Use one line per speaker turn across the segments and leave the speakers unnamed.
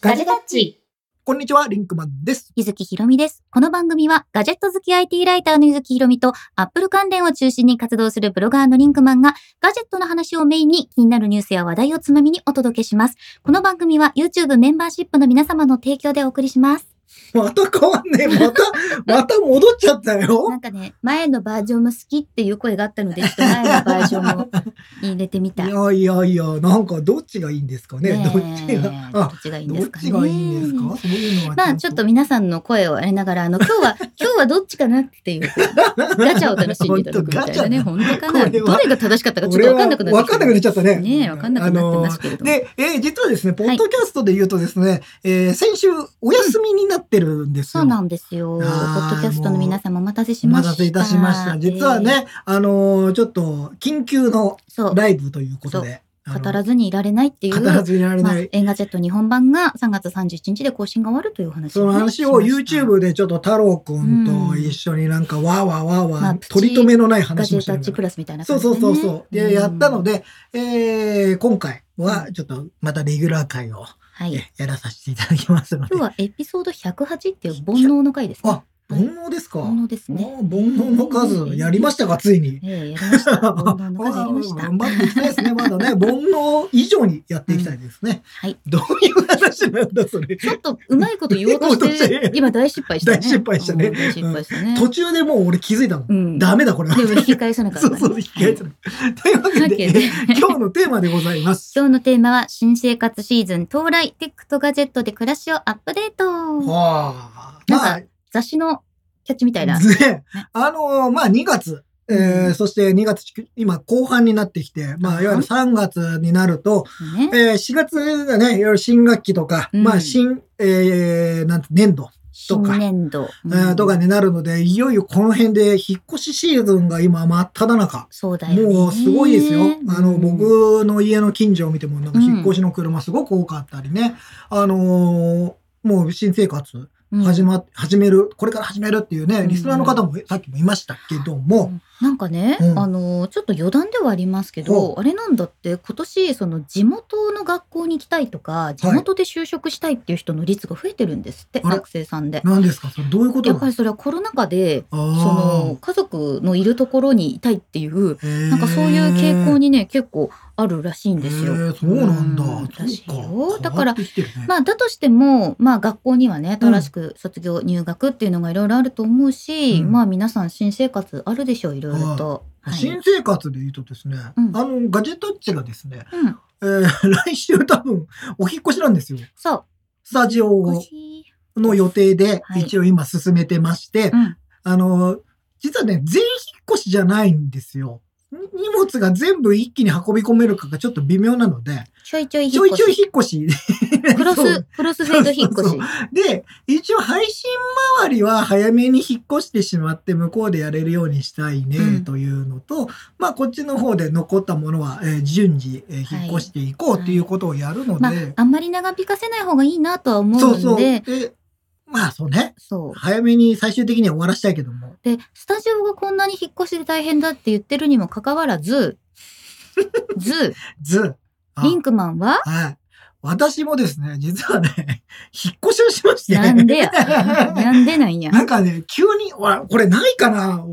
ガジェタッチ。
こんにちは、リンクマンです。
ゆずきひろみです。この番組はガジェット好き IT ライターのゆずきひろみと Apple 関連を中心に活動するブロガーのリンクマンがガジェットの話をメインに気になるニュースや話題をつまみにお届けします。この番組は YouTube メンバーシップの皆様の提供でお送りします。
また変わんねえ。また、また戻っちゃった
な
よ。
んかね、前のバージョンも好きっていう声があったので、ちょっと前のバージョンも入れてみ
い
た。
やいやいや、なんかどっちがいいんですかね。
ね
どっ
え
ちが、
ど
あ、
っちがいいんで
ど
す
っ
かね。
ちがいいんですかそういうのは。
まあちょっと皆さんの声をあれながら、あの、今日は、今日はどっちかなっていう、ガチャを楽しんでいただくみたいなね、
本
本当かな。
これ
ど
は
れが正しかった
当
か
か
ちょっとわかんなくな
俺は
っ
わ
てき
かん
た
なくなっちゃったね。
ねえ、わかんなくなってますけれども。
で、えー実はですね、ポ
は
ッ
い
ドキャストで言うとですね、えー先週お休みになってるんです
そ
よ。
うなんですよ。ポ
あー
ッドキャストの皆様お待たせし
お
ま
待
した。
たせいたしました。実は
えー。
ね、あのーちょっと、緊急の
そう、
ライブということで。あの
語らずにいられないっていう。
語らずいられ
まあ
な、い。
映画ジェット日本版が3月31日で更新が終わるというお話
そ
をね、
の話を
しました
YouTube でちょっと太郎くんと一緒になんかわーわーわー
ま
わー
あプチ
取り留めのない
ガ
話
ジ
を
ェ
し
タ
て
ッ
る
チプラスみたいな
そ
感
う
じで、
そ
ね。
うそうそう。で、やったの
で。
で、えー今回はちょっとまたレギュラー会を
はい。
えやらさせていただきますので
今日。はエピソード108っていう煩悩の回ですね
あ。、煩悩ですか。
煩悩ですね。
もう煩悩の数やりましたか、ついに。
ええやりました。煩悩の数やりま した。
頑張っていきたいですね。まだね、煩悩以上にやっていきたいですね。
はい。
どういう話なんだ、それ。
ちょっとうまいこと言おうと
言
し
おうとして
て、今大失敗したね。
大失敗したね
うん大失敗したね。
途中でもう俺気づいたもん。
うん
ダメだ、これは。
でも引き返さなかっ た
そ
ね。
うそう、引き返さない。というわ け
だ
で、
けど
今日のテーマでございます。
今日のテーマは新生活シーズン到来、テックとガジェットで暮らしをアップデート。
はあ。
なん
ま
か
あ、
雑誌のキャッチみたいな。
ね、あのーまあ、2月。えー
うん
そして2月、今後半になってきて、まあ、いわゆる3月になると、
ね。
えー4月がね、いろいろ新学期とか、
うん
まあ、新、えー、なんて、年度、
新年度。
えーとかになるので、いよいよこの辺で引っ越しシーズンが今真っ只中。
そうだよね。
もうすごいですよ。あの、
うん、
僕の家の近所を見ても、なんか
うん
引っ越しの車すごく多かったりね。あのーもう新生活始ま、始める、これから始めるっていうね、
うん
リスナーの方もさっきもいましたけど
う
も、
んなんかね、
うん
あのちょっと余談ではありますけど、
ほ
あれなんだって今年その地元の学校に行きたいとか地元で就職したいっていう人の率が増えてるんですって、
あれ
学生さんで。
何ですかそれどういうこと
や
な
っぱ
の
りそれはコロナ禍で
そ
その家族のいるところにいたいっていう
な
なんかそういう傾向にね結構あるらしいんですよ。
そうなんだ。
うんらしい
そうか
よだから、
変わってきてるね
まあ、だとしても、まあ、学校にはね正しく卒業、入学っていうのがいろいろあると思うし、
うん
まあ皆さん新生活あるでしょういろいろと。はい
新生活で言うとですね、
うん
あの、ガジェットッチがですね、
うん、
えー来週多分お引っ越しなんですよ。
そう
スタジオ
少
を
し
の予定で
はい
一応今進めてまして、
うん
あの、実はね、全引っ越しじゃないんですよ。荷物が全部一気に運び込めるかがちょっと微妙なので、
ちょいちょい
ち
引
ょ
っ
いちょ
越
い
し。
引っ越し。
クロ
そ
ス
う、
クロスフェード引っ越
そう
し
そ。で、一応配信周りは早めに引っ越してしまって向こうでやれるようにしたいね
うん
というのと、まあこっちの方で残ったものは、えー順次、えー
はい
引っ越していこうということをやるので、
まあ、あんまり長引かせない方がいいなとは思
そううそ
ん
う。
で、
で、まあそうね。
そう。
早めに最終的には終わらしたいけども。
で、スタジオがこんなに引っ越しで大変だって言ってるにもかかわ らず、ず、
ず。あ
リンクマンは
はい。私もですね、実はね、 引っ越しをしまして。
なんでやなんでなんや。
なんかね、急に、わこれないかな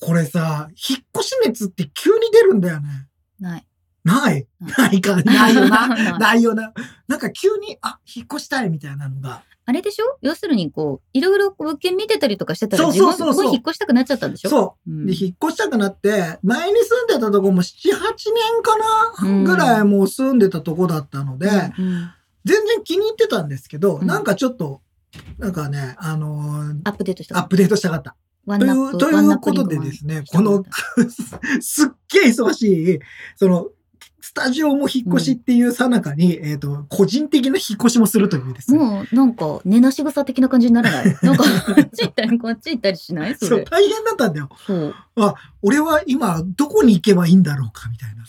これさ、引っ越し熱って急に出るんだよね。
ない。
ない。
うん
ないか、ないよな。
な
ないよな。なんか急に、あ、引っ越したいみたいなのが。
あれでしょ要するにこう、いろいろ物件見てたりとかしてたら
そう
自
そう
分
そうそう
すごい引っ越したくなっちゃったんでしょう。
そう。
ん
で、引っ越したくなって、前に住んでたとこも7、8年か
う
な、
ん
ぐらいもう住んでたとこだったので、
うん
全然気に入ってたんですけど、
うん
なんかちょっと、なんかね、あのー
アップデートした
アップデートしたかった。
ワ
とい
ンナップ
う、とい
ワンナ
う
ップ
こ
リン
と
ク
で
マン
ですね、この、すっげえ忙しい、その、スタジオも引っ越しっていうさなかに、えっ、と、個人的な引っ越しもするというですね。
もうなんか寝なし草的な感じにな らないなんかあっち行ったりこっち行ったりしないそ
そう、
れ
大変だったんだよ。
そう
俺は今、どこに行けばいいんだろうか、みたいな。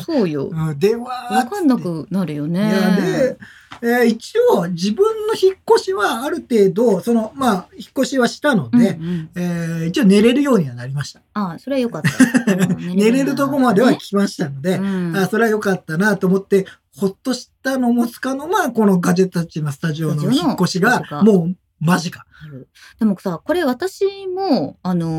そうよそう よ
うん、電話。
分かんなくなるよね
いやでえー一応自分の引っ越しはある程度、その、まあ、引っ越しはしたの
うんう
で、
ん、
えー一応寝れるようにはなりました。
ああ、それはよ かった。うん
寝れるとこまでは
ね
来ましたので、
うん
あそれは良かったなと思って、ほっとしたのもつかの間、このガジェットたちのスタジオの引っ越し
スタジオ
が、
の
もう間近。
あるでもさこれ私もあの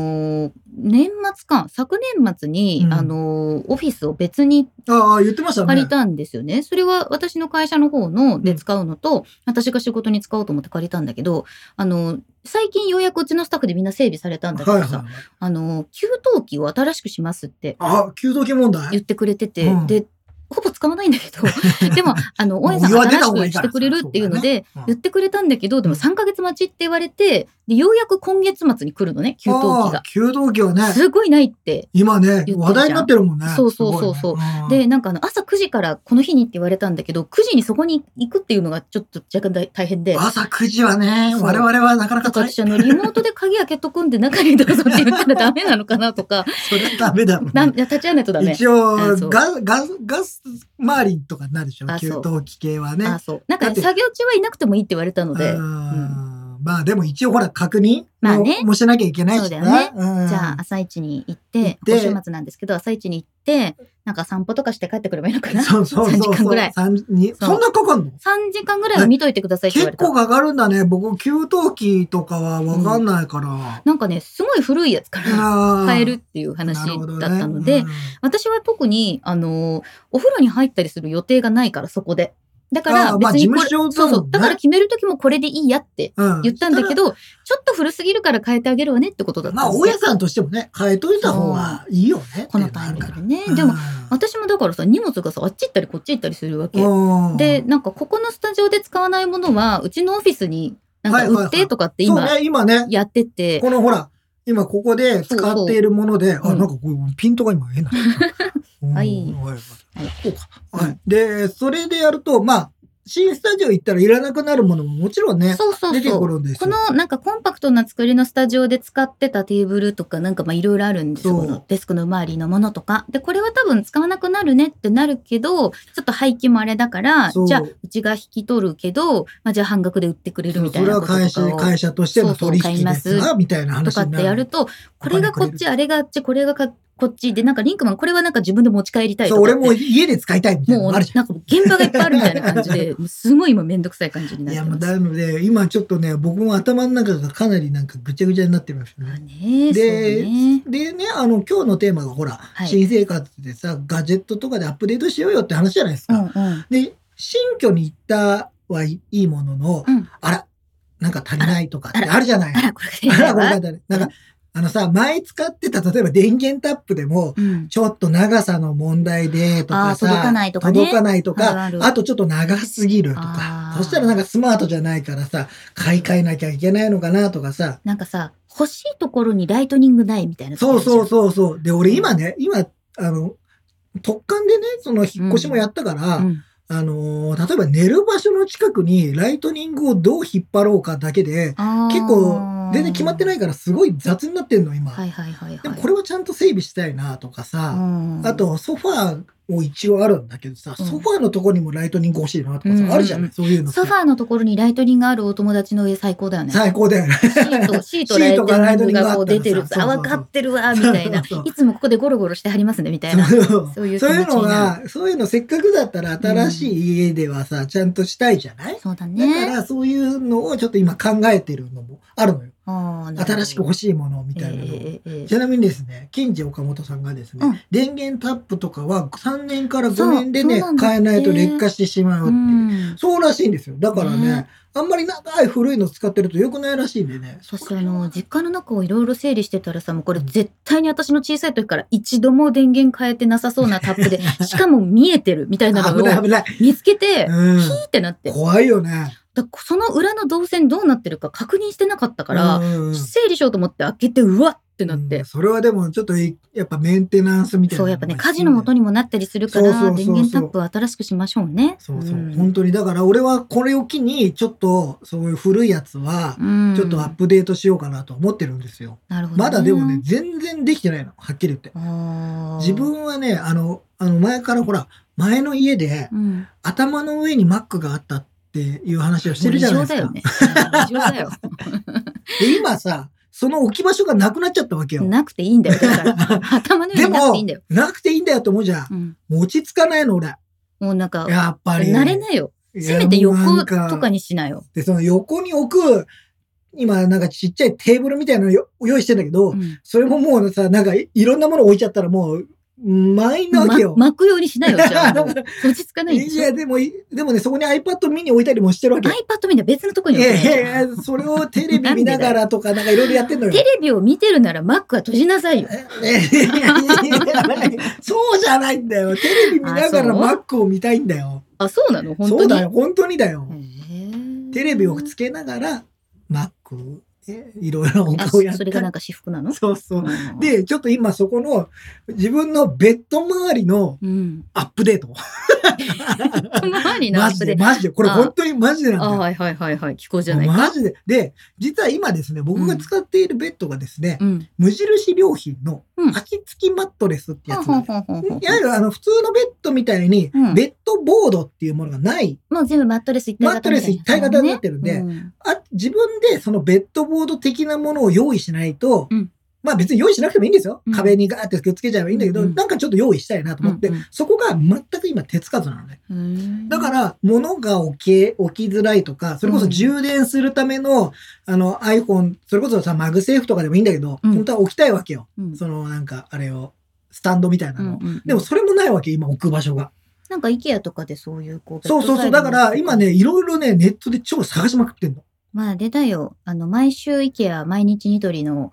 ー年末か昨年末に、
うん
あのーオフィスを別に
ああ、言ってましたね。
借りたんですよね。それは私の会社の方ので
うん
使うのと、私が仕事に使おうと思って借りたんだけどあのー最近ようやくうちのスタッフでみんな整備されたんだけど
はい
さ、
はい。
あのー給湯器を新しくしますって
あ、給湯器問題
言ってくれてて、
うん
でほぼ使わないんだけ どでもあの大家さん
もう言わ出
新
た
し
方がいい
く
から
してくれるっていう
そ
ので
うだねうん
言ってくれたんだけどでも3ヶ月待ちって言われてでようやく今月末に来るのね給湯器
ああ
が。
給湯器はね、
すごいないって。
今ね
言ってるじゃ、ん
話題になってるもんね。
そうそうそうそうでなんかあの朝9時からこの日にって言われたんだけど9時にそこに行くっていうのがちょっと若干大大変で。
朝9時はね、
そう
我々はなかな
だ
か
から
大
私あのリモートで鍵開けとくんで中にどうぞって言ったらダメなのかなとか
それはダメだ ろうね
なんいや立ち会わないとダメ。
一
う
応
んそう、
ガガガス周りとかになるでしょ
あ、
給
そう
湯器系はね。
あそうなんか
だっ
ね
て
作業中はいなくてもいいって言われたので
う。んまあでも一応ほら確認
まあね
ももしなきゃいけないし
そうだよね
ね
じゃあ朝一に行っ、
行ってて
今週末なんですけど朝一に行って、なんか散歩とかして帰ってくればいいのかな。
そうそうそう。
3時間ぐらい
三に
そう
そんなかかんの
3時間ぐらいは見といてくださいって言わ
結
れた
構。かかるんだね。僕、給湯器とかはわかんないから。
なんかね、すごい古いやつから
あー
買えるっていう話
なるほどね
だったので、
うん
私は特に、あのーお風呂に入ったりする予定がないから、そこで。だか
あ
ら、
ーまあ
別にこれ、
事務所
そ
だも
うんそ
ね
う。だから決めるときもこれでいいやって
うん
言ったんだけど、ちょっと古すぎるから変えてあげるわねってことだった
まあ、
んです
大
よ
家さんとしてもね、変えといた方がいいよね。
このタイミングでね。
うん
でも、、私もだからさ、荷物がさ、あっち行ったりこっち行ったりするわけ。
うん
で、、なんかここのスタジオで使わないものは、うちのオフィスになん
は
か
いはい
売
はい
ってとかって
そう
今
ね、今ね、
やってて、
このほら、今ここで使っているもので、
そうそう
あ、なんかこう、ピントが今変な。うん
はい
はい
はい
こうか。はい。で、それでやると、まあ、新スタジオ行ったらいらなくなるものももちろんね、
そうそう
出て
そ
く
う。
るんです
こ
よ。
のなんかコンパクトな作りのスタジオで使ってたテーブルとかなんかまあいろいろあるんですよ。
そ
こ
う
のデスクの周りのものとか。で、これは多分使わなくなるねってなるけど、ちょっと廃棄もあれだから、
そう
じゃあうちが引き取るけど、まあじゃあ半額で売ってくれるみたい
それは
なこととか
会社
を
会社としての取引です
そうそう買いま
が、みたいな
と
話
かっ
にな
てやると、これがこっち、あれがあっち、これがかこっちで、なんかリンクマンこれはなんか自分で持ち帰りたいと
そう、
かって。
俺も家で使いたいみたいな
も
の
う
もあ
なん
るじゃん。
か現場がいっぱいあるみたいな感じ で、すごい今めんどくさい感じにない
や、
って
もう
ます。
なので、今ちょっとね、僕も頭の中がかなりなんかぐちゃぐちゃになってます
まあ
ね。
ね、
で
そうね。
でね、あの、今日のテーマがほら、
い
新生活でさ、ガジェットとかでアップデートしようよって話じゃないです
う
か。
んうん。
で、新居に行ったはいいものの、
うん
あら、なんか足りないとかってあるじゃない。
あら、これ
あ
がいい
ら、
や
これ
わ
が足りない。なんか、あのさ、前使ってた、例えば電源タップでも、
うん。
ちょっと長さの問題でとかさ、
あー届かないとかね
届かないとか
あるある
あとちょっと長すぎると
あ
か
ー、
そしたらなんかスマートじゃないからさ、買い替えなきゃいけないのかなとかさ、
なんかさ、欲しいところにライトニングないみたいな。
そうそうそ
そ
うそう。で、俺今ね、今、あの、突貫でね、その引っ越しもやったから、
うん。。
あのー例えば寝る場所の近くにライトニングをどう引っ張ろうかだけで、結構全然決まってないいからすごい雑になってんの、今。
はいはいはいはい。
でもこれはちゃんと整備したいなとかさ、
うん
あ、と、ソファーも一応あるんだけどさ、
うん
ソファーのとこにもライトニング欲しいなとか
うんうんうん
さ、あるじゃないそういうのって
ソファーのところにライトニングあるお友達の家最高だよね。
最高だよね。
シ ート、シート、
シートが
ライトニングがこう
ラ
出
イト
て
ニング
る
があ。ったらさ
あ、わかってるわ、みたいな
そうそう。そう
いつもここでゴロゴロしてはります ね、みたいな。
そう
そういう気
そうい
持
う
ちに
の
なる。
が、そういうのせっかくだったら新しい家ではさ、ちゃんとしたいじゃない
そうだ
だか
ね。
らそういうのをちょっと今考えてるのもあるのよ。新しく欲
し
しいものみたいなのを。ちなみにですね、近次岡本さんがですね、
うん
電源タップとかは3年から
そう
5年でね
そうなん、だって
変えないと劣化してしまうっていう。そうらしいんですよ。だからね、
ね
あんまり長い古いの使ってると良くないらしいんでね。
私あの実家の中をいろいろ整理してたらさもうこれ絶対に私の小さい時から一度も電源変えてなさそうなタップ でしかも見えてるみたいな
危
の
ない
を
危ない。
見つけてヒ
うん
ーってなって
怖いよね。
だその裏の動線どうなってるか確認してなかったから
うんうんうん
整理しようと思って開けてうわってなっ
う
て
んそれはでもちょっといやっぱメンテナンスみたいな
そ
の
う
が必要
やっぱね
で。
火事のもとにもなったりする
そ
か
うそう
ら
そうそう
電源タップは新しくしましょうね。
そうそう、
ん
本当にだから俺はこれを機にちょっとそういう古いやつは
うん
ちょっとアップデートしようかなと思ってるんですよ。
なるほどね
まだでもね全然できてないのはっきり言って。
あー
自分はねあのあの前からほら前の家で
うん
頭の上にマックがあったっっていう 話をしてるじゃないです
も
か
う。異常だよね。うん異常だよ。
で今さ、その置き場所がなくなっちゃったわけよ。
なくていいんだよ。だ から、頭の上
で
になく
も
ていいんだよ。、
なくていいんだよと思うじゃん。
うん、
持ちつかないの、俺。
もうなんか、
やっぱり。
慣れないよ。
い
せ
や
めて
もうな
横
んか
とかにしなよ。
で、その横に置く、今なんかちっちゃいテーブルみたいなのよ用意してんだけど、
うん
それももうさ、なんかいいろんなもの置いちゃったらもう、満員なわけよ。
巻くようにしなよ、じゃ あ。もう落ち着かないんで
い
しょ
や、でもい、でもね、そこに iPad ミニ置いたりもしてるわけよ。
iPad 見たら別のとこ
い
に置
や
く
いやいや、それをテレビ見ながらとか、なんかいろいろやってんのよ。
テレビを見てるなら Mac は閉じなさいよ。
ねいやいやいやそうじゃないんだよ。テレビ見ながら
あ
Mac を見たいんだよ。
あ、そうなの本当に。
そうだよ、本当にだよ。
へえ
テレビをつけながら Mac をねいろいろ他をや
あ
っ
それ
た
がな
り
んか私服なの
そうそう。
うん
で、ちょっと今そこの自分のベッド周りの
うん。
アップデート。
周りのア
マ
ッ
ジ
プで
で、。マジで。これ
あ
本当にマジでなんだ
あ、
よ。
はいはいはいはい。気候じゃない
もう
か。
マジで。で、実は今ですね、僕が使っているベッドがですね、
うん。
無印良品の
うん
足付きマットレスってやつ
ほ
なんんです。
ほんほんほんほん
いわゆるあの普通のベッドみたいに
うん、
ベッドボードっていうものがない、
もう全部マットレス一体型
マットレス一体型になってるん
みた
で、
いなうん
あ自分でそのベッドボード的なものを用意しないと、
うん
まあ別に用意しなくてもいいんですよ。
うん
壁にガーってくっつけちゃえばいいんだけど、
うん
なんかちょっと用意したいなと思って、
うんうん
そこが全く今手つかずなのね。
うん
だから、物が置け、置きづらいとか、それこ
う
そ
ん
充電するための、あの iPhone、それこそさ、マグセーフとかでもいいんだけど、
うん
本当は置きたいわけよ。
うん
そのなんか、あれを、スタンドみたいなの。
うんうんうん
でもそれもないわけ、今置く場所が。
なんか IKEA とかでそういうこう
そうそうそう。だから、今。ね、いろいろね、ネットで超探しまくってんの。
まあ、出たよ。あの、毎週 IKEA、毎日ニトリの、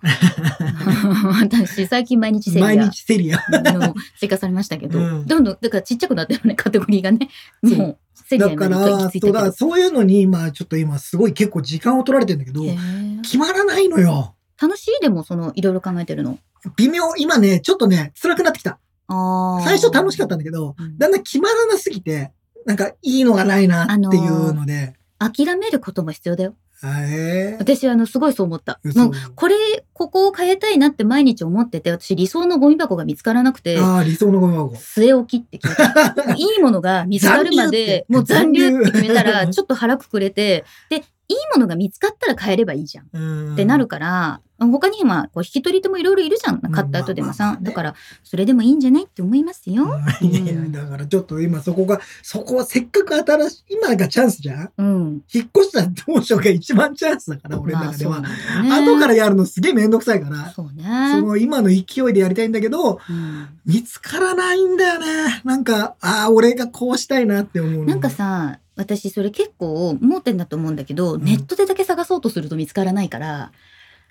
私、最近毎日セリア
毎日セリア。
の追加されましたけど、
うん
どんどん、だからちっちゃくなったよね、カテゴリーがね。もう、セリア
だ
に
か
行
ら、
き着いた
そうだか
け
ら
ど。
そういうのに今、ちょっと今、すごい結構時間を取られてんだけど、
へー
決まらないのよ。
楽しいでも、その、いろいろ考えてるの。
微妙、今ね、ちょっとね、辛くなってきた。
ああ。
最初楽しかったんだけど、
うん
だんだん決まらなすぎて、なんかいいのがないなっていうので、
諦めることも必要だよ。
えー
私、あの、すごいそう思った。
嘘
もう、これ、ここを変えたいなって毎日思ってて、私、理想のゴミ箱が見つからなくて、
ああ、理想のゴミ箱。
据え置きって決め た。いいものが見つかるまで、もう
残
残
留
留
って
って決め たら、
残留
ちょっと腹くくれて、で、いいものが見つかったら変えればいいじゃん。
っ
ってなるから、他にはこう引き取り手もいろいろいるじゃん。
ん
買った後でも
ま
さ。
あまあまあね
だから、それでもいいんじゃないって思いますよ。
いやいや、だからちょっと今そこが、そこはせっかく新しい、今がチャンスじゃん
うん。
引っ越した当初が一番チャンスだから、俺の
まあ
中で
そうな
は
ん。だよね。
後からやるのすげえめんどくさいから、
そう
そ
ね。
の今の勢いでやりたいんだけど、
うん
見つからないんだよね。なんか、ああ、俺がこうしたいなって思うの。
なんかさ、私それ結構盲点だと思うんだけど、
ん
ネットでだけ探そうとすると見つからないから、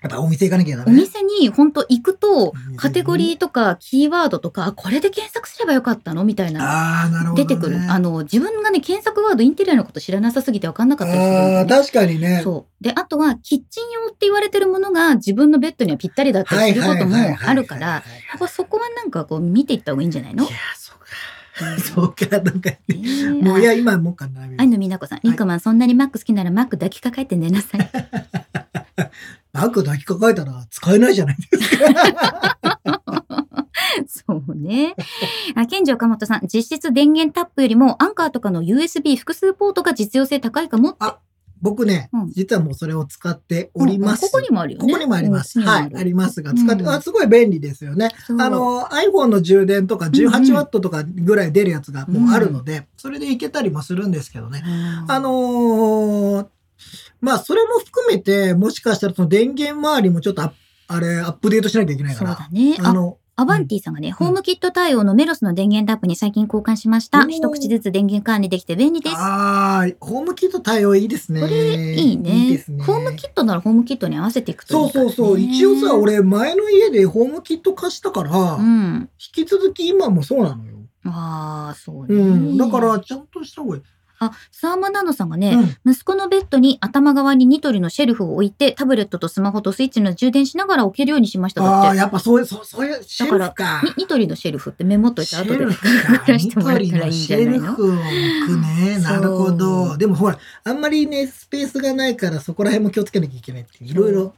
やっぱお店行かなきゃダ
お
メ。
店に本当行くと
う、ん
カテゴリーとかキーワードとか、あこれで検索すればよかったのみたいな。
ああ、なるほど、
出
ね。
てくる。あの、自分がね、検索ワード、インテリアのこと知らなさすぎて分かんなかったりするんだよね
ああ、確かにね。
そう。で、あとは、キッチン用って言われてるものが自分のベッドにはぴったりだったりすることもあるから、や
はいはいはい
っぱそこはなんかこう見ていった方がいいんじゃないの
いや、そうか。 そうか、なんか、
えー
もういや、今もうかな。
あ愛の美奈子さん、リンクマン、そんなにマック好きならマック抱きかかえて寝なさい。
バッグ抱きかかえたら使えないじゃないですか。
そうね。あ、健城岡本さん、実質電源タップよりもアンカーとかの USB 複数ポートが実用性高いかもって。
あ僕ね、
うん
実はもうそれを使っております。
うんここにもあるよ
こ
ね。
こにもあります。
うんここ
は
に
い、
も
あ
ある
りますが、使って、
うん
あすごい便利ですよね。
そう
あの、iPhone の充電とか
うんうん
18ワットとかぐらい出るやつがもうあるので、それでいけたりもするんですけどね。あ、のーまあ、それも含めて、もしかしたらその電源周りもちょっとあ、あれ、アップデートしなきゃいけないか
そう
ら。
だね。
あの、
アバンティさんがね、ホームキット対応のメロスの電源タップに最近交換しました。
おー
一口ずつ電源管理できて便利です。
ああ、ホームキット対応いいですね。
これいいね
ですね
ホームキットならホームキットに合わせていくと
そ
いいうから
そ
ね
うそう。一応さ、、俺、前の家でホームキット貸したから、
うん。
引き続き今もそうなのよ。
ああ、そうね。
うん。だから、ちゃんとした方がいい。
あ、サーマナノさんがね、
う
息子のベッドに頭側にニトリのシェルフを置いて、タブレットとスマホとスイッチの充電しながら置けるようにしました。
ん。あ
だっ
あ、
て。
やっぱそういう、そうそういう、シェルフか。
ニニトリのシェルフってメモっとい
シ
て後
ェ
で
ル
書
フ
か
か。
せ
ニ
てもら
ト
え
リ
たらい
の
いん
シ
じゃな
ェ
い
ル
の
フを置くね。
そう
なるほど。でもほら、あんまりね、スペースがないからそこら辺も気をつけなきゃいけないっていう、いろいろ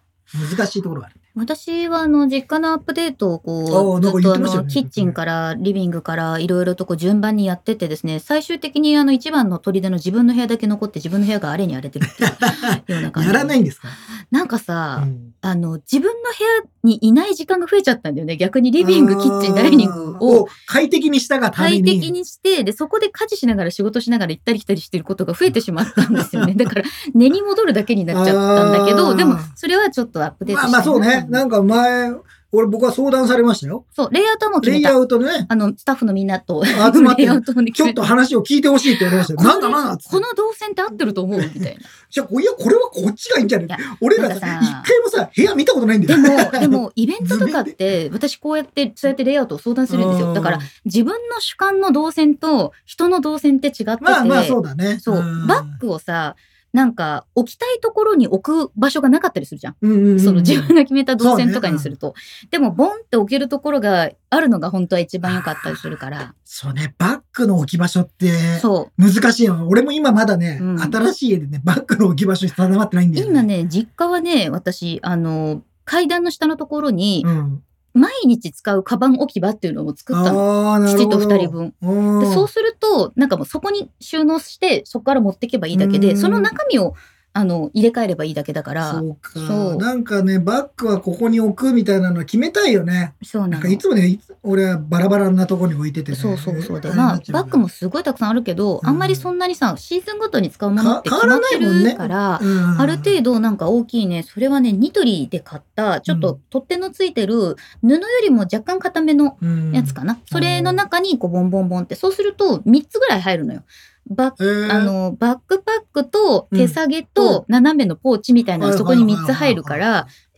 難しいところがあるね。
私はあの実家のアップデートをこ
あー
う
な
ず
んか言
っ
っ
とあ
てましたよ
の
ね
キッチンからリビングからいろいろとこう順番にやってってですね最終的にあの一番の砦の自分の部屋だけ残って自分の部屋があれに荒れてるって いうような感じ
やらないんですか、
なんかさ、
うん
あの自分の部屋にいない時間が増えちゃったんだよね逆にリビングキッチンダイニングを
を快適にしたがため
快
に
適にしてでそこで家事しながら仕事しながら行ったり来たりしてることが増えてしまったんです よねだから寝に戻るだけになっちゃったんだけ
あ
ど
ー
でもそれはちょっとアップデー
ま
トし
あ
て
まあそうねなんか前俺僕は相談されましたよ
そうレイアウトはもう決
レ
め
イ
た
アウト ね
あのスタッフのみんなと
集まって
レイアウトをね
ち
決
ょ
め
っと話を聞いてほしいって言われましたよ
これ
なんだなんだっつって
この動線って合ってると思うみたい
じゃあいやこれはこっちがいいんじゃない
いや
俺らさ
なんか
一
さ
回もさ部屋見たことないんだよ
なでも でもイベントとかって私こうやってそうやってレイアウトを相談するんですよだから自分の主観の動線と人の動線って違ってて、
まあまあそうだね
そう
うん
バッグをさなんか置きたいところに置く場所がなかったりするじゃん
うんうんうん
その自分が決めた動線とかにすると、でもボンって置けるところがあるのが本当は一番良かったりするから
そうねバッグの置き場所って
そ
難しいの俺も今まだね、
うん
新しい家でねバッグの置き場所定まってないん
う
だよ、
今ね実家はね私あの階段の下のところに
うん、
毎日使うカバン置き場っていうのも作ったの
ああなる
父
ほ
と
ど
二人分
分
でそうするとなんかもうそこに収納してそこから持っていけばいいだけ
う
で
ん
その中身をあの入れ替えればいいだけだからそ
そううか
そう
なんかねバッグはここに置くみたいなのは決めたいよねな
なんの
かいつもねいつ俺はバラバラなとこに置いてて、ね、
そうそうそうで
あれに
ま
な
あ
っちゃう
バ
ん
ッ
だ
グもすごいたくさんあるけど
うん
あんまりそんなにさシーズンごとに使うものって
か変
決ま
わら
っ
な
て
いもんね
るから
うん
ある程度なんか大きいね、それはね、ニトリで買った、ちょっ
う
と
ん
取っ手のついてる、布よりも若干硬めの
うん
やつかな。それの中にこうボンボンボンって、そうすると3つぐらい入るのよ。バッ
えー
あのバックパックと手提
う
げ
ん
と斜めのポーチみたいなの
はい
がそこに3つ入るか
はいはい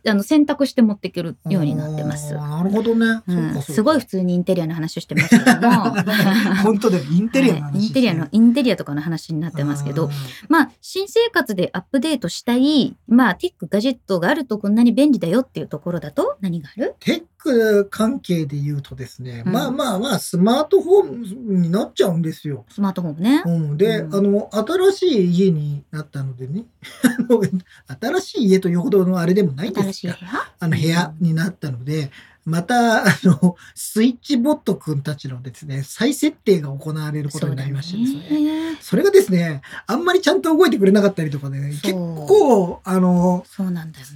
らあの選択して持っていけるようになってます
あ。ーなるほどね、
う、
そうんかそうか
すごい普通にインテリアの話をしてますけども はい
本当だよインテリアの話、
インテリアのインテリアとかの話になってますけど
うん
まあ、新生活でアップデートしたい、まあ、テック、ガジェットがあるとこんなに便利だよっていうところだと、何がある
テック関係で言うとですね、
うん
まあまあまあスマートフォンになっちゃうんですよ。
スマートフォンね
う。ん、で、
うん
あの新しい家になったのでね あの新しい家というほどのあれでもないんで
新
す
しい
が
部屋
あの部屋になったのでまたあのスイッチボット君たちのですね再設定が行われることになりましてですね。
ね。
それがですね、あんまりちゃんと動いてくれなかったりとかでね、
そ
結
う
構、あの、
そうなんだよ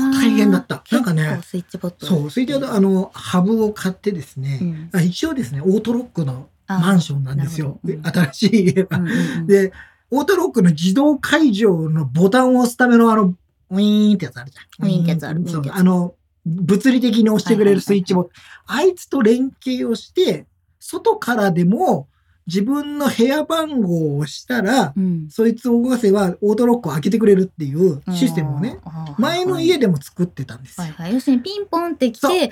な。
構大変だったなんかね
結構スイッチボット。
そう、それであの、ハブを買ってですね、
うん
あ一応ですね、オートロックの
あ
マンションなんですよ。
なるほど
で新しい家
う
が。
んうんうん
で、オートロックの自動解除のボタンを押すためのあの、ウィーンってやつあるじゃん。
ウィーンってやつある
そう
ウィーンってやつ
あの、物理的に押してくれるスイッチボ
は
タン。あいつと連携をして、外からでも自分の部屋番号を押したら、
うん
そいつを動かせばオートロックを開けてくれるっていうシステムをね、
あー。
前の家
で。
でも作ってたんですよ
はい。はい。要するにピンポンって来て、
そう
はーいっ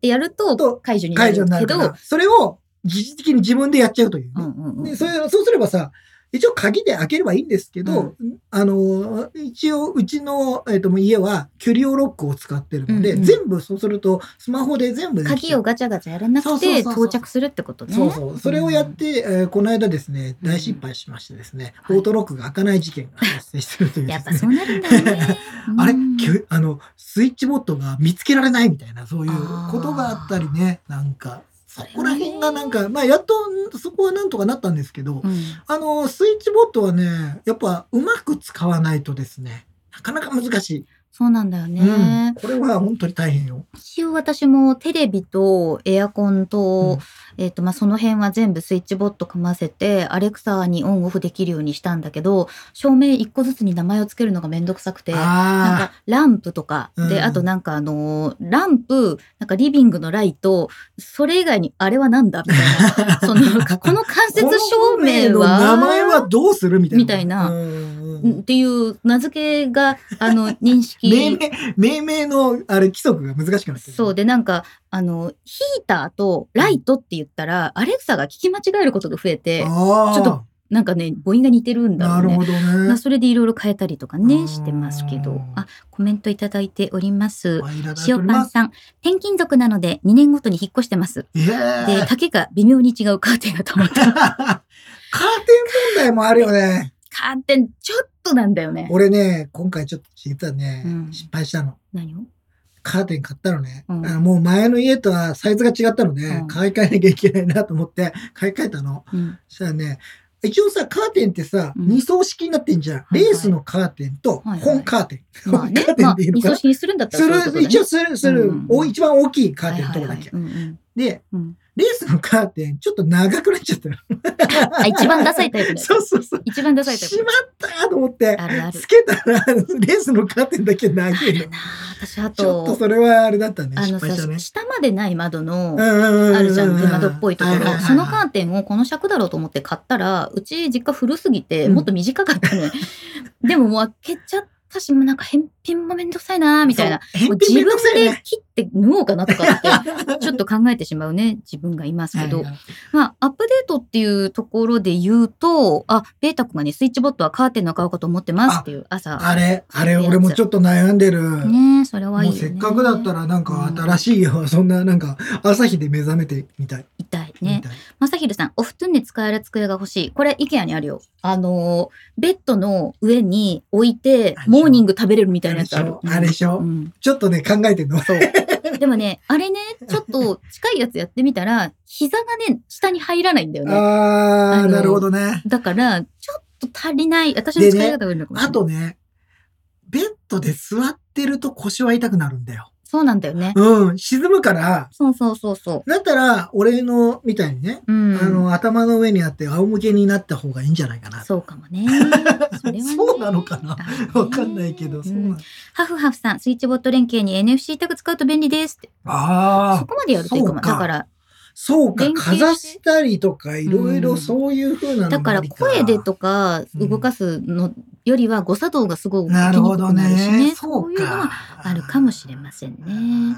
てやる
と
と解除にな
解除
る
にな
け
るか
ど
ら、、それを自主的に自分でやっちゃうというね。
うんうんうん
でそれそうすればさ一応鍵で開ければいいんですけど、あの一応うちの、えっと家はキュリオロックを使ってるので、
うんうん
全部そうするとスマホで全部できち
鍵
ゃ
を
う
ガチャガチャやらな
そう
く
そう
て
そうそう
到着するってことね。
そうそうそれをやっ
うん
て、えーこの間ですね
うん
大失敗しましてですね、
はい
オートロックが開かない事件が発生してるという
やっ
で
ぱ
す
そう
ね。
なるんだよね
あれ
うん
きゅあのスイッチボットが見つけられないみたいなそういうことがあったりねなんかそこら辺がなんか、まあ、やっとそこはなんとかなったんですけど、
うん
あの、スイッチボットはね、やっぱうまく使わないとですね、なかなか難しい。
そうなんだよ
うん
ね。
これは本当に大変よ。
一応私もテレビとエアコン
う
と
ん、
えっと、まあ、その辺は全部スイッチボットかませて、アレクサにオンオフできるようにしたんだけど、照明一個ずつに名前をつけるのがめんどくさくて、なん
あ
かランプとか、
うん
で、あとなんかあのーランプ、なんかリビングのライト、それ以外にあれはなんだみたい な。その、この間接照明
この
は、
名前はどうするみたいな。
みたいな
うんうん
っていう名付けが、あの、認識。
命 名、命名の、あれ、規則が難しくなってる。
そうでなんかあのヒーターとライトって言ったら、アレクサが聞き間違えることが増えて
ああ。
ちょっとなんかね母音が似てるんだろ
な
う
る
ね。
ほど
ま
ね
あ、。それでいろいろ変えたりとか
うーん
ねしてますけどあコメントいただいております。
まあいらないと思
塩
い
パ
ま
ン
す
さん転勤族なので2年ごとに引っ越してます。
ええ
で 丈が微妙に違うカーテンが溜まった。
カーテン問題もあるよね。
カーテンちょっとなんだよね。
俺ね、今回ちょっと実はね、
うん
失敗したの。
何を
カーテン買ったのね、
うん
あのもう前の家とはサイズが違ったので、
うん
買い替えなきゃいけないなと思って、買い替えたの。
うん
そしたらね、一応さ、カーテンってさ、
うん
二層式になってんじゃん。
はいはい
レースのカーテンと
はいはい
本カーテン。
まあね
本カー、テン
まあ、
でいいの
二
か
層
な、
式にするんだったらそういうこ
す
と
る、
ね。
一応する、する、
うん
お一番大きいカーテンのとこ
は
だ
い
け。
はいはいうん
で、
うんうん
レースのカーテン、ちょっと長くなっちゃったの。
あ、一番ダサいタイプだ よ。
そうそうそう。
一番ダサいタイ
し
プ。
まったと思って、
あるある
つ。けたら、レースのカーテンだけ長いの
なあ私あ
ちょっと
と、
それはあれだったね。
あ
失
の
敗したね
さ、。下までない窓の、
あ
あるじゃん、出窓っぽいところ、そのカ
ー
ーテンをこの尺だろうと思って買ったら、うち実家古すぎて、
うん
もっと短かったの よでももう開けちゃったし、もうなんか返品もめんどくさいな、みたいな。。
そう
もう
返品
自
めん
分
どくさいよ
で
ね。
切って縫おうかなとかって、 ちょっと考えてしまうね、自分がいますけど。まあ、アップデートっていうところで言うと、あ、ベータ君がね、スイッチボットはカーテンの買おうかと思ってますっていう朝。
あれ、あれ、俺もちょっと悩んでる。
ねそれ
も
は
う
いいよ、ね。
せっかくだったらなんか新しいよ。そんななんか朝日で目覚めてみたい。
痛いね
み。たい
まさひるさん、お布団で使える机が欲しい。これ、イケアにあるよ。あのー、ベッドの上に置いて
あれ、でしょ
モーニング食べれるみたいなやつあ
あれで
る
しょ。あれでしょ
うん
ちょっとね、考えてんの。
そう。でもね、あれね、ちょっと近いやつやってみたら、膝がね、下に入らないんだよね。
あー、
あの
なるほどね。
だから、ちょっと足りない。私の使い方が悪いのかもし
あ
れない。
とね、ベッドで座ってると腰は痛くなるんだよ。
そうなんだよね。
うん、沈むから、
そうそうそうそ
だったら俺のみたいにね、
う。うん。
あの、頭の上にあって仰向けになった方がいいんじゃないかな。
そうかもね。それはね
そうなのかな
あるね
わかんないけど、そう
う
なん
んハフハフさん、スイッチボット連携に NFC タグ使うと便利ですって。
あ
そこまでやるといいかも。
そうか
だから、
そうか、
連携して
かざしたりとか、いろいろそういうふうなの
だ
も
か
あ
ら
り
声でとか
うん
動かすのよりは誤作動がすごい起き
なる
に
ほ
く
ど
くなるしね
ね。
そ
そうう
いうのは
か。
あるかもしれません
なる
ね。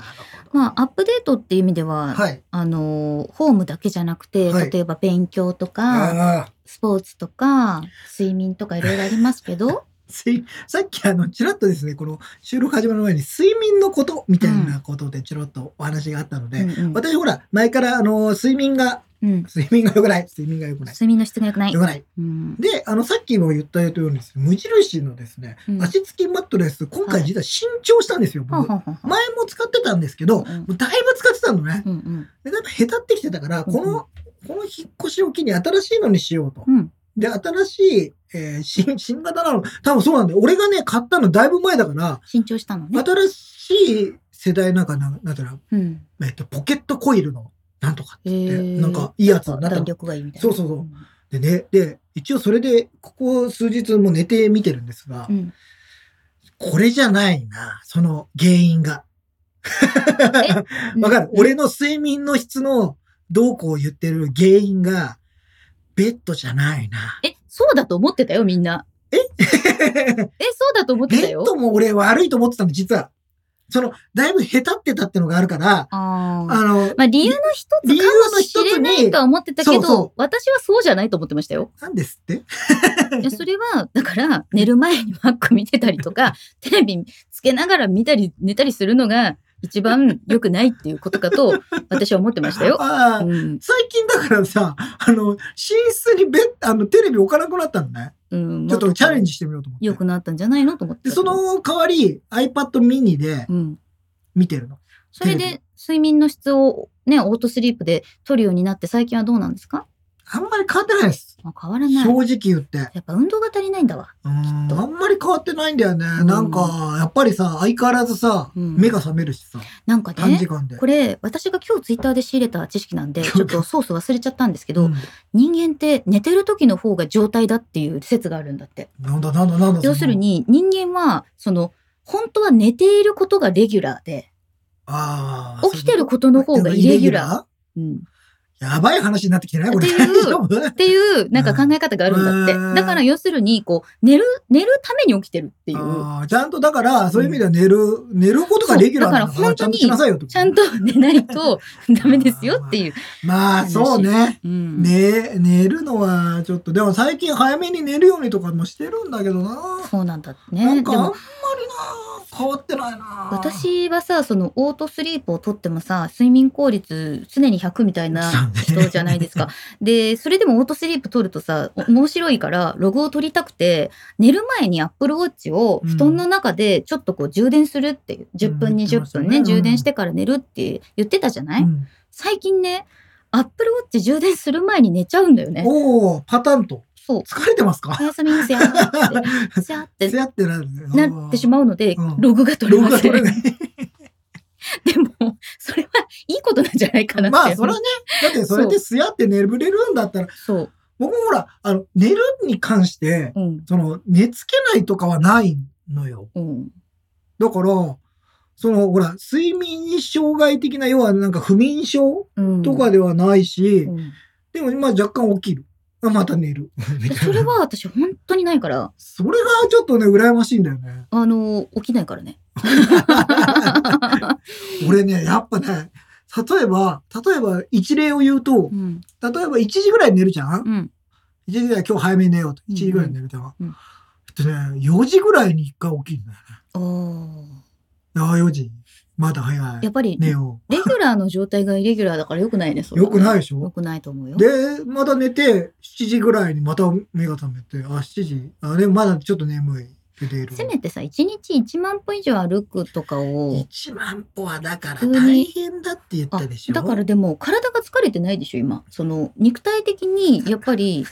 ほど
まあアップデートっていう意味では、
はい。
あのホームだけじゃなくて、
はい
例えば勉強とか、
ああ。
スポーツとか睡眠とかいろいろありますけど
すいさっきあの、ちらっとですね、この収録始まる前に睡眠のことみたいなことでちらっとお話があったので、
うんうん
私ほら、前からあの、睡眠が、
うん
睡眠が良くない、睡眠が良くない、
睡眠の質が良くない
良く。ない。
うん
で、あの、さっきも言ったようにですね、無印のですね、
うん
足付きマットレス、今
は
回
い
実は新調したんですよ、
ほん
僕。
ほんほんほん
前も使ってたんですけど、
うんうん
もうだいぶ使ってたのね。
うん
で、なんか下手ってきてたから、
うん
この、この引っ越しを機に新しいのにしようと
う。ん
で、新しい、えー新、新型なの。多分そうなんだよ。俺がね、買ったのだいぶ前だから、
慎重したのね。
新しい世代なんかな、なんていうの
うん
えっと、ポケットコイルの、なんとかって言って、
へー
なんかいいやつになった
弾
の。
力がいいみたいな。
そうそうそうんでね、で、一応それで、ここ数日も寝てみてるんですが、
うん
これじゃないな、その原因が。 わかる。
うん
俺の睡眠の質のどうこう言ってる原因が、ベッドじゃないな。
え、そうだと思ってたよ、みんな。 えそうだと思っ
ベ
てたよ
ッ。ドも俺悪いと思ってたの、実は。その、だいぶ下手ってたってのがあるから、
あー
あの、
まあ、理由の一
理
つ
由
か
の
も
一つ
し
に
れないとは思ってたけ
そ
ど、
うそ
私はそうじゃないと思ってましたよ。
なんですって
いや、それは、だから、寝る前にマック見てたり とか、テレビつけながら見たり、寝たりするのが一番良くないっていうことかと、私は思ってましたよ。
ああ、
うん、
最近だからさ、あの、寝室にベッあの、テレビ置かなくなったのね。
うん。
ちょっとチャレンジ
ジ。
してみようと思って。
良くなったんじゃないのと思って。
で、そ、の代わり iPad mini で
うん。
見てるの。
それ
テレ
で、睡眠の質を、ね、オートスリープで取るようになって、最近はどうなんですか
あんまり変わってないです。
あ変わらない
正。直言って。
やっぱ運動が足りないんだわ。
うーんあんまり変わってないんだよね。
うん
なんか、やっぱりさ、相変わらずさ、
うん
目が覚めるしさ、
なんか
短
ね
時、間で。
これ私が今日ツイッターで仕入れた知識なんで、
今
ち
日
ょっとソース忘れちゃったんですけ
う
ど
ん、
人間って寝てる時の方が状態だっていう説があるんだって。
なんだなんだなんだ。
要する
その、
に人間は、その、本当は寝ていることがレギュラーで、
ああ。
起きてる
こ
ことの方がイレギュラ
ー。
ー。うん
やばい話になってきてないこれ。
っていう
大丈夫
っていう、なんか考え方があるんだ
う
っ
ん
て。だから要するに、こう、寝る、寝るために起きてるっていう。
あーちゃんとだから、そういう意味では寝る、寝ることがレギュラーなの
そうだから本
ち
当
ゃん
に
としなさいよと。
ちゃんと寝ないと ダメですよっていう。
まあ、そうね。
うん
ね、寝るのはちょっと、でも最近早めに寝るようにとかもしてるんだけどな。
そうなんだって
な
ね。
んか
で
あんま
も
りな、変わってないな。
私はさそのオートスリープをとってもさ睡眠効率常に100みたいな
よね。
人じゃないですか。で、それでもオートスリープ取るとさ、お面白いから、ログを取りたくて、寝る前に Apple Watch を布団の中でちょっとこう充電するっていう、10
う
分、
ん言ってま
20
したね
分ね、
うん
充電してから寝るって言ってたじゃない、
うん
最近ね、Apple Watch 充電する前に寝ちゃうんだよね。
おおパターンと。
そう。
疲れてますか
おやすみにせやー って、せやーっ
せ
て
やってなるね。
なってしまうので
うん、
ログが取れ
録
ま
画
せ
取れ
ん。
ない。
でも、それはいいことなんじゃないかなって。
まあ、それはね、だってそれですやって眠れるんだったら、
そう。
僕もほら、あの、寝るに関して、
うん。
その、寝つけないとかはないのよ。
うん。
だから、その、ほら、睡眠に障害的な、要はなんか不眠症
うん。
とかではないし、
うん
でも今若干起きる。あまた寝 る。みたい
それ
な。
は私本当にないから、
それがちょっとね、羨ましいんだよね。
あの、起きな いからね。
俺ね、やっぱね、例えば、例えば一例を言うと
う、ん。
例えば1時ぐらいに寝るじゃん
うん。
?1 時ぐらい今日早めに寝ようと。
うん
1時ぐらいに寝るじゃん。
うん
でね、4時ぐらいに1回起きるんだよね。
あ
ああ、4時。まだ早
あ。や
い。
っぱり、
寝
レ
よ。
ギュラーの状態がイレギュラーだから良くないね、そうれは
よくないでしょ
良くないと思うよ。
で、また寝て、7時ぐらいにまた目が覚めて、あ、7時、あ、でもまだちょっと眠い。出ている。
せめてさ、1日1万歩以上歩くとかを、
1万歩はだから
普通
大
に
変だって言った
あ
でしょ。
だからでも体が疲れてないでしょ今その肉体的にやっぱり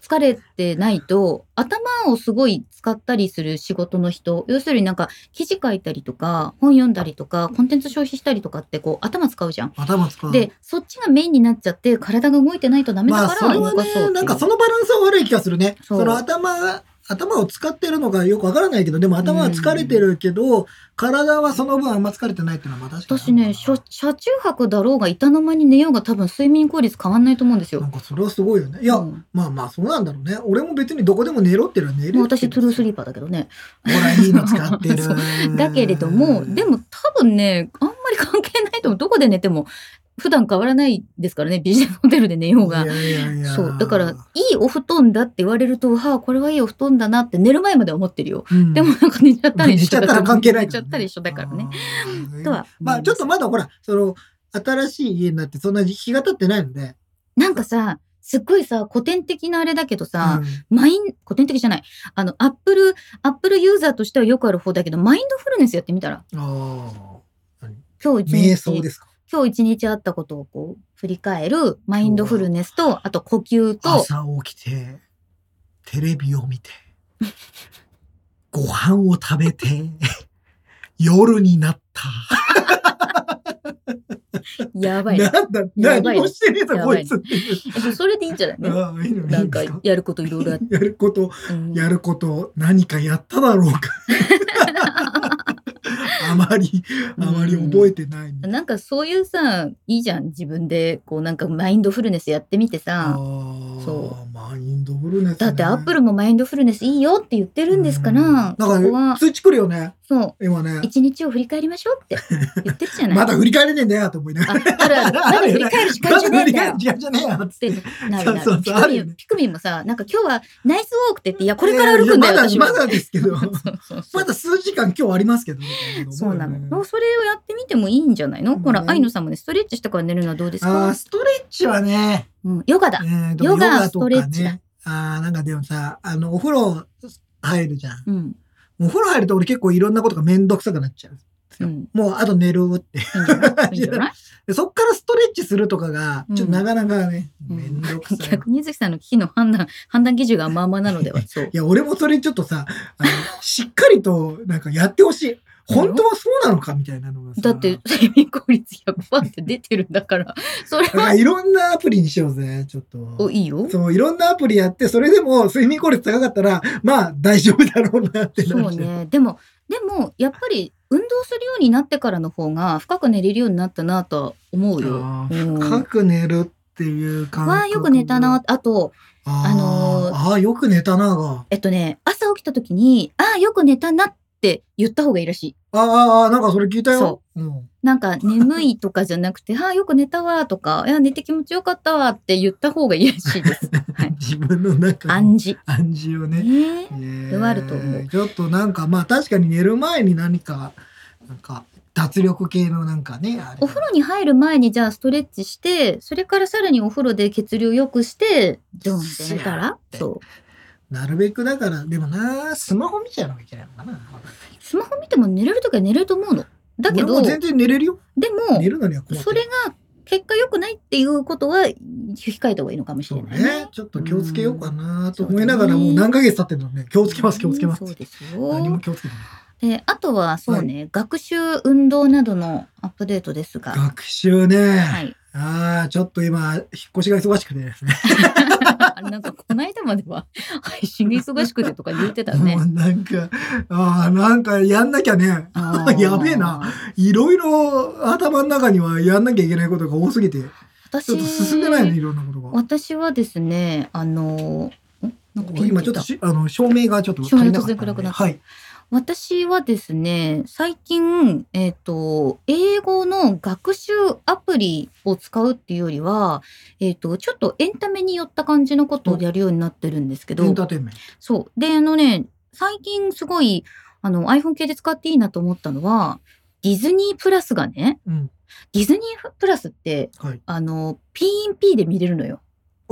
疲れてないと頭をすごい使ったりする仕事の人要するになんか記事書いたりとか本読んだりとかコンテンツ消費したりとかってこう頭使うじゃん。
頭使う。
でそっちがメインになっちゃって体が動いてないとダメ
ま
だ
あ、
か
そ
ら
れ
動
は
かそうっていう、
ね、なんかそのバランスは悪い気がするね。そ
そ
うの頭が、頭を使ってるのかよくわからないけど、でも頭は疲れてるけど、体はその分あんま疲れてないっていうのはまあ確かにあ
私
るのかな。
ねしょ車中泊だろうが板の間に寝ようが多分睡眠効率変わんないと思うんですよ。
なんかそれはすごいよね。いや、
うん
まあまあそうなんだろうね。俺も別にどこでも寝ろってのは寝れる
もう私トゥルース
リ
リーパーだけどね。
ほら、いいの使って
そ
る。
だけれども、でも多分ね、あんまり関係ないと思う。どこで寝ても、普段変わらないですからね、ビジネスホテルで寝ようが
い。やいやいや
そう。だから、いいお布団だって言われると、はあ、これはいいお布団だなって寝る前までは思ってるよ。
うん
でもなんか寝ちゃったり
寝ちゃったら関係ない
寝ち
からね
ゃったり一緒だからね。。
あー
とは
まあちょっとまだほら、その、新しい家になってそんなに日が経ってないので。
なんかさ、すっごいさ、古典的なあれだけどさ、
うん
マイン、古典的じゃない。あの、アップル、アップルユーザーとしてはよくある方だけど、マインドフルネスやってみたら。
あ
今日
ー
一
瞑
日。
想ですか。
今日一日あったことをこう振り返るマインドフルネスと、あと呼吸と、
朝起きて、テレビを見て、ご飯を食べて、夜になった。
やばい。
なんだ、
やばい
何もしてねえぞ、
や
こ
ばい
いつっていう。
えっとそれでいいんじゃないの、
ああ、いいのいい
なん
んで
か
すか。
やることいろいろあって。
やること、
うん
やること、何かやっただろ うか。あまり、あまり覚えてない。
なんかそういうさ、いいじゃん。自分で、こうなんかマインドフルネスやってみて
あ
さ。
ー
そ
マインドフルネスね。
だってアップルもマインドフルネスいいよって言ってるんですから、
うん
そこ
なん
は
か、通知来るよね、
そう、
今ね。
一日を振り返りましょうって言ってるじゃない。
まだ振り返れねえんだよと思いなが
あ、
ら。
あるある。まだ振り返る時間じゃねえんだよ。
時間じゃねえよ。
ってなるな
そうそう
る。ピ
そう
ク
ある
ミ
よ
ン
ね
ピクミンもさ、なんか今日はナイスウォークって言って、いや、これから歩くんだよ、
いやい
私
や
は
まだ、まだですけ ど。
そうそう
まだ数時間今日ありますけど。みたい
そうなの。も
思
うそれをやってみてもいいんじゃないの、
うん
ほら、愛野さんもね、ストレッチしてから寝るのはどうです
よねあ
か
ー、ストレッチはね、
うん、ヨガだ
え。ーと
ヨガ
とかね
ストレッチだ
あーなんかでもさ、あの、お風呂入るじゃん。
うん。
お風呂入ると俺結構いろんなことがめんどくさくなっちゃう。
うん。いいん
もうあと寝るって。
じゃないいいんじ ゃない
でそっからストレッチするとかが、ちょっとなかなかね、
うん
めんどくさい。
逆に柚木さんの危機の判断、判断基準がまあまあなのでは、そう
い。や、俺もそれちょっとさ、あのしっかりと、なんかやってほしい。本当はそうなのかみたいなのがさ。
だって、、睡眠効率100%って出てるんだから、それ
だか
は、
らいろんなアプリにしようぜ、ちょっ
お、
と。
いいよ。
そう、いろんなアプリやって、それでも睡眠効率高かったら、まあ大丈夫だろうなってなる
そう
し。
ね。でも、でも、やっぱり、運動するようになってからの方が、深く寝れるようになったなとは思うよ。
あ
うん
ー深く寝るっていう感覚が。
わあ、よく寝たな。あと、
あー
あのー
あー、よく寝たなが。
えっとね、朝起きた時に、ああ、よく寝たなって言った方がいいらしい。
あーあー、あーなんかそれ聞いたよ。うん
なんか、眠いとかじゃなくて、 ああ、よく寝たわとか、いや、寝て気持ちよかったわって言った方がいいらしいです。 はい。
自分の中の
暗示。
暗示をね。
ねえ
ねえ
弱ると思う
ちょっとなんかまあ確かに寝る前に何かなんか脱力系のなんかね、あれ
お風呂に入る前にじゃあストレッチして、それからさらにお風呂で血流良くして、ドンって寝たら
て
そう。
なるべくだから、でもな、スマホ見ちゃうのがいけないのかな。
スマホ見ても寝れるときは寝れると思うの。だ
俺
けど、
も全然寝れるよ。
でも、
寝るのには困って
それ
る。
が結果良くないっていうことは控えた方がいいのかもし
そ
れ
う
ないね。
ね。ちょっと気をつけようかなと思いながら、もう何ヶ月経ってるのね。気をつけます、気をつけます
うん。そうです
何も
よ。
気をつけてない。
で、あとはそうね、学習運動などのアップデートですが、
学習ね。
はい。
ああ、ちょっと今、引っ越しが忙しくてですね。
あれなんかこの間までは配信が忙しくてとか言ってた ね
もう。なんか、ああ、なんかやんなきゃね。
あー
やべえな。いろいろ頭の中にはやんなきゃいけないことが多すぎて、
私
ちょっと進んでないね、いろんなことが。
私はですね、あの、んなんかピン
今ちょっとし、あの、照明がちょっと足りなかったので
照明突然暗くなった
はい。
私はですね、最近、えっ、と、英語の学習アプリを使うっていうよりは、えっ、と、ちょっとエンタメによった感じのことをやるようになってるんですけ
エン
ど、
ターテインメント。
そう。で、あのね、最近すごい、あの、iPhone 系で使っていいなと思ったのは、ディズニープラスがね、
うん。
ディズニープラスって、
はい。
あの、PNP で見れるのよ。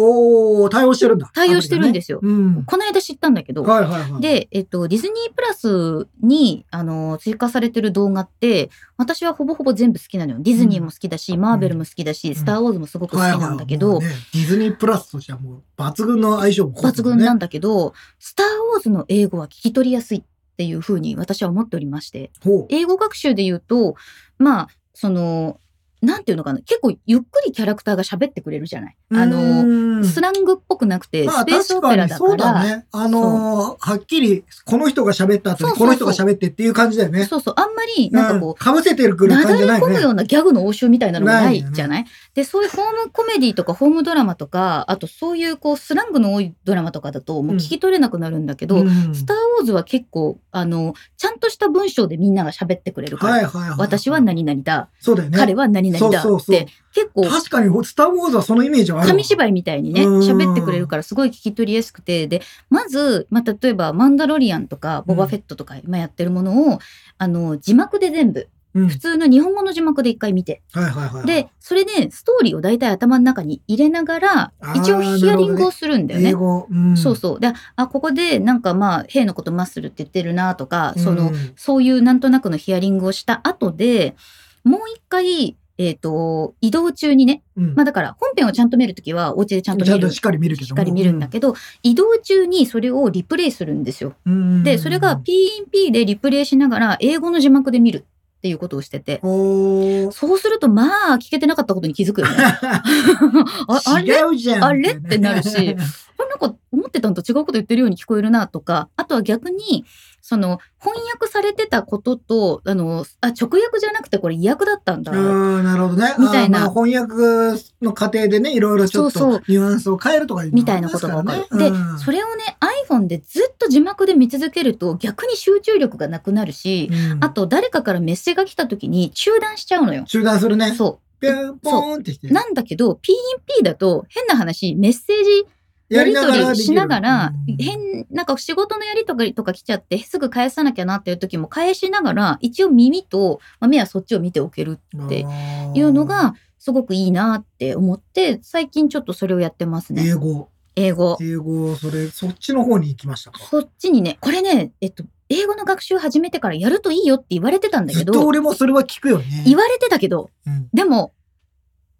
おー、対応してるんだ。
対応してるんですよ。
うん。
この間知ったんだけど、
はいはいはい。、
で、えっと、ディズニープラスに、あの、追加されてる動画って、私はほぼほぼ全部好きなのよ。ディズニーも好きだし、マーベルも好きだし、
ん
スター・ウォーズもすごく好き
はいはい
なんだけど、
もうねディズニープラスとしてはもう抜群の相性を誇って
抜
る
群
ね
なんだけど、スター・ウォーズの英語は聞き取りやすいっていうふうに私は思っておりまして、
ほう。
英語学習で言うと、まあ、その、なんていうのかな、結構ゆっくりキャラクターが喋ってくれるじゃない。あの、
の
スラングっぽくなくて、
ま
ス
あ
ペース
確
オペ
か
ラ
に
だ
そ
か
うだ
ら、
ね。あのーはっきり、この人が喋った後
そう
に、
そ
こ
う
の
そ
人
う
が喋ってっていう感じだよね。
そうそう、あんまり、なんかこう、
かぶせてくる
な
感じじゃな
だれ
いよ
込
ね
む。ようなギャグの応酬みたいなのがな
ないよ
い
ね
じゃないで、そういうホームコメディとかホームドラマとか、あとそういうこうスラングの多いドラマとかだともう聞き取れなくなるんだけど、
うん
スター・ウォーズは結構、あの、ちゃんとした文章でみんなが喋ってくれるから、
はいはいはい。
私は何々だ、
そうだよね。
彼は何々だって、
そうそうそう
結構、
確かに、スター・ウォーズはそのイメージはあるわ。
紙芝居みたいにね、
うん
喋ってくれるからすごい聞き取りやすくて、で、まず、まあ、例えば、マンダロリアンとか、ボバフェットとか今やってるものを、あの、字幕で全部、
うん
普通の日本語の字幕で一回見て、
はいはいはい。
で、それでストーリーを大体頭の中に入れながら
あ、ー
一応ヒアリングをするんだよね。
英語。うん
そうそう。で、あ、ここでなんかまあ、兵のことマッスルって言ってるなとか、その、
うん
そういうなんとなくのヒアリングをした後で、もう一回、えっ、と、移動中にね、
うん
まあだから本編をちゃんと見るときはお家でちゃんと
ちゃ
見
ん
る。
としっかり見るけど
し
も
っかり見るんだけど、移動中にそれをリプレイするんですよ。
うん
で、それが PNP でリプレイしながら英語の字幕で見るっていうことをしてて、
おー
そうすると、まあ、聞けてなかったことに気 づくよね。ああれ
違うじゃん
あれってなる しこれなんか思ってたのと違うこと言ってるように聞こえるなとか、あとは逆に、その、翻訳されてたことと、あの、あ、直訳じゃなくてこれ意訳だったん
あ
だ。
ーなるほどね。
みたい
あ
な
ーまあ翻訳の過程でね、いろいろちょっ
そう
と
そう
ニュアンスを変えるとかいうの
みたいなことがわかる。で、そ
れ、
れをね、iPhone でずっと字幕で見続けると逆に集中力がなくなるし、
うん
あと誰かからメッセージが来た時に中断しちゃうのよ。
中断するね。
そ
ピュンポーンってして
う。。なんだけど、PNP だと変な話、メッセージやり取りしながら
で、きる
変、なんか仕事のやりとりとか来ちゃって、すぐ返さなきゃなっていう時も返しながら、一応耳と、まあ、目はそっちを見ておけるっていうの、
あ
が、すごくいいなって思って、最近ちょっとそれをやってます
ー英
ね。
語。
英語。
英語、それ、そっちの方に行きましたか。
そっちにね、これね、えっと、英語の学習始めてからやるといいよって言われてたんだ
ず
け
っと
ど、
俺もそれは聞くよね。
言われてたけど、
うん
でも、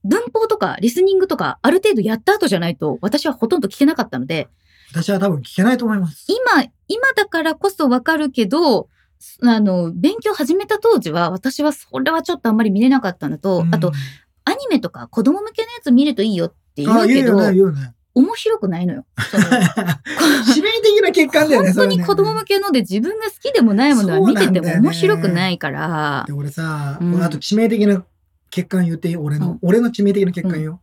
文法とかリスニングとかある程度やった後じゃないと私はほとんど聞けなかったので、
私は多分聞けないと思います。
今、今だからこそわかるけど、すあの、勉強始めた当時は、私はそれはちょっとあんまり見れなかったのと、あと、アニメとか子供向けのやつ見るといいよって
う
言
ん、あ
う
言
け
う
ど、
よね、言うよ ね。
面白くないのよ。その
致命的な欠陥だよね、
本
そ
当
れね
に子供向けので自分が好きでもないものは見てても面白くないから
で、、俺さ、
うん
俺あと致命的な欠陥言っていい俺の、
うん
俺の致命的な欠陥よ。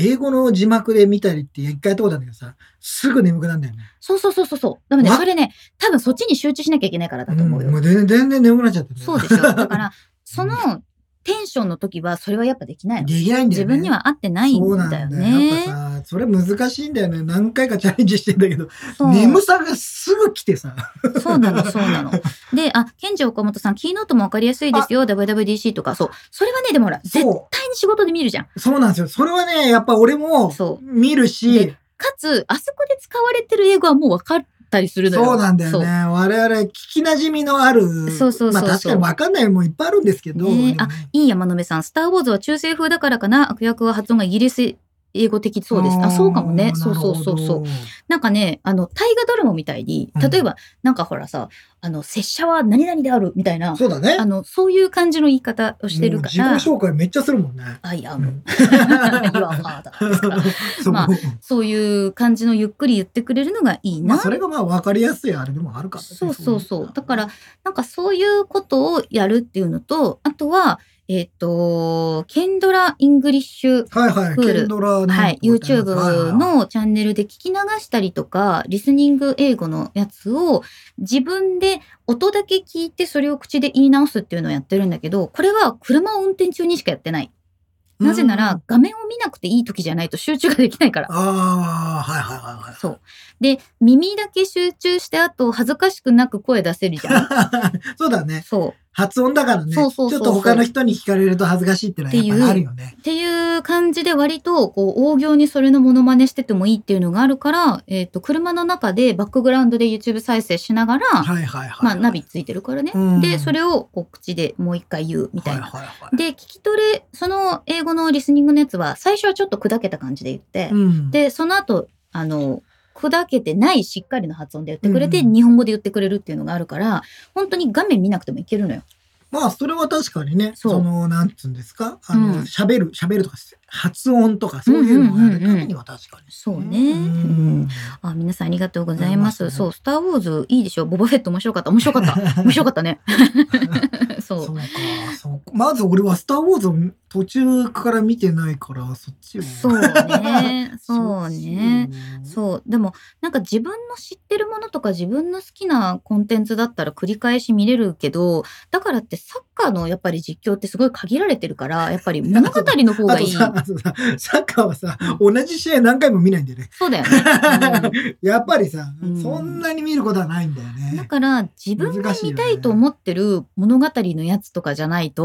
英語の字幕で見たりって一回やったことあるんだけどさ、すぐ眠くなるんだよね。
そうそうそうそうそう。でもね、
わ
それね、多分そっちに集中しなきゃいけないからだと思うよ。
もう全然全然眠くなっちゃってね
そうでしょ。だから、その、テンションの時はそれはやっぱできないの、
できないんだ
自
よね。
分には合ってないん
そうなん
だ
だ
よ
よ
ね。
やっぱさ、それ難しいんだよね。何回かチャレンジしてんだけど、
そう
眠さがすぐ来てさ。
そうなの、そうなの。で、あ、ケンジ岡本さん、キーノートもわかりやすいですよ、WWDC とか、そう。それはね、でもほら、絶
そ
対に仕事で見るじゃん。
う。そうなんですよ。それはね、やっぱ俺も
そ
見るし
で、かつ、あそこで使われてる英語はもうわかったりするのよ。
そうなんだよ
そう
ね。我々聞き馴染みのある。
そうそうそうそう
まあ確かにわかんないもんいっぱいあるんですけど。
ねえ
でもね
あいい山野辺さん、スター・ウォーズは中性風だからかな、悪役は発音がイギリス英語的そうです。あ、そうかもね。そうそうそうそう。。なんかね、あの、大河ドラマみたいに、
うん
例えば、なんかほらさ、あの、拙者は何々であるみたい
あーなるほど
な、
そうだね。
あの、そういう感じの言い方をしてるか
もう
ら、
自己紹介めっちゃするもんね。
あ、いや、
う
もう、
ん
You are father ですから
そう。
まあそういう感じのゆっくり言ってくれるのがいい
ま
な。
あそれがまあ分かりやすいあれでもあるからね。
そうそうそう。だか
う
ら、なんかそういうことをやるっていうのと、あとは、えっ、と、ケンドラ・イングリッシュ、
ん。はいはい。
プール
ケンドラの
はい、YouTube のチャンネルで聞き流したりとか、リスニング英語のやつを自分で音だけ聞いてそれを口で言い直すっていうのをやってるんだけど、これは車を運転中にしかやってない。なぜなら、画面を見なくていい時じゃないと集中ができないから。
ああ、はいはいはいはい。
そう。で、耳だけ集中して、あと恥ずかしくなく声出せるじ ゃん。
そうだね。
そ
発音だからね。
そうそうそうそう
ちょっと他の人に聞かれると恥ずかしいってのはやっぱりあるよね
う。。っていう感じで割と、こう、大行にそれのモノマネしててもいいっていうのがあるから、えっ、と、車の中でバックグラウンドで YouTube 再生しながら、
はいはいはい。
まあ、ナビついてるからね。
うん
で、それをこう口でもう一回言うみたいな。
はいはいはい
で、聞き取れ、その英語のリスニングのやつは、最初はちょっと砕けた感じで言って、
うん、
で、その後、あの、砕けてないしっかりの発音で言ってくれて、
うん
日本語で言ってくれるっていうのがあるから、本当に画面見なくてもいけるのよ。
まあそれは確かにね
そ
そうのなんつうんですかあ
うん
の喋、る喋るとか発音とかそういうのをやるためには確かに、
そうね。うんあ、皆さんありがとうございます。
ありがとう
そう、スター・ウォーズいいでしょボバフェット面白かった。面白かった。
た
面白かったね。 そう。
そうかそうかまず俺は「スター・ウォーズ」を途中から見てないからそっちを
そ うね。そうね。
う
そうでもなんか自分の知ってるものとか自分の好きなコンテンツだったら繰り返し見れるけどだからってサッカーのやっぱり実況ってすごい限られてる からやっぱり物語の方
あ
がい
と
い
さあとさサッカーはさ同じ試合何回も見ないんだよね、
そうだよね、
やっぱりさ、
うん
そんなに見ることはないんだよ
うんだ
ね
から自分が見たいと思ってる物語のやつとかじゃないと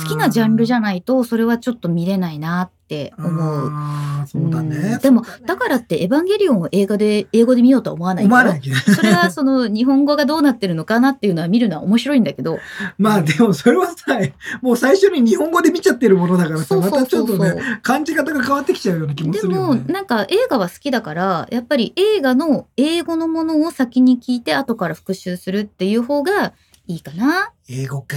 好
好きなジャンルじ
ゃ
ゃないとそれはちょっと見れないなって思う。
あーそうだね、
うんでもだからって「エヴァンゲリオン」を映画で英語で見ようとは思わない
思わ
よ
ないけど。
それはその日本語がどうなってるのかなっていうのは見るのは面白いんだけど、
まあでもそれはさ、もう最初に日本語で見ちゃってるものだからさ、
そう
ま
そ
た
う
ち
そ
ょっ
うそ
と
う。
ね、感じ方が変わってきちゃうような気も
です
るよ
も
ね。
なんか映画は好きだからやっぱり映画の英語のものを先に聞いて後から復習するっていう方がいいかな。
英語か、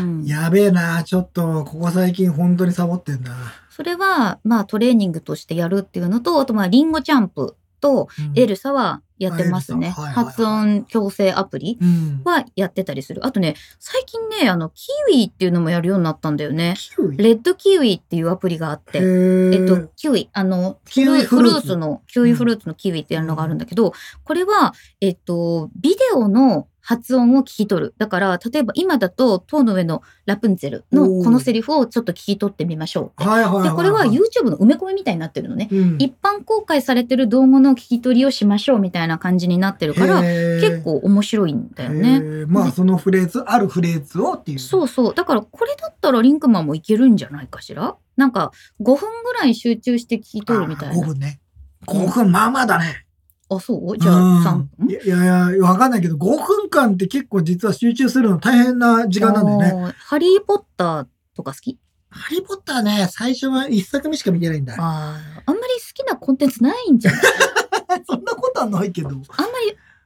うん
やべえな。ちょっと、ここ最近本当にサボってんな。
それはまあトレーニングとしてやるっていうのとあとまあリンゴチャンプとエルサはやってます
あ
ね。
エルサはいはいはい
発音矯正アプリ。
うん。うん。
はやってたりする。あとね、最近ね、あの、キウイっていうのもやるようになったんだよね。
キウイ
レッドキウイっていうアプリがあって、え
え
っと、キウイ、あの、
キウイ
フ
フル
ルー
ーツ
ツの、キウイフルーツのキウイってやるのがあるんだけど、これは、えっと、ビデオの発音を聞き取る。だから、例えば今だと、塔の上のラプンツェルの
おー
このセリフをちょっと聞き取ってみましょうって。
はいはいはい、
で、これは YouTube の埋め込みみたいになってるのね。
うん、
一般公開されてる動画の聞き取りをしましょうみたいな感じになってるから、結
結
構面白いんだよね。
まあそのフレーズ、あるフレーズをっていう。
そうそう。だからこれだったらリンクマンもいけるんじゃないかしらなんか5分ぐらい集中して聞き取るみたい
5
な。
分ね。5分、まあまあだね。
あそうじゃあ3
うん
分
いやいや、わかんないけど、5分間って結構実は集中するの大変な時間なんだよね。
あーハリー・ポッターとか好き
ハリーポッターね、最初は1作目しか見てないんだ。
あーあんまり好きなコンテンツないんじゃない
そんなことはないけど。
あんまり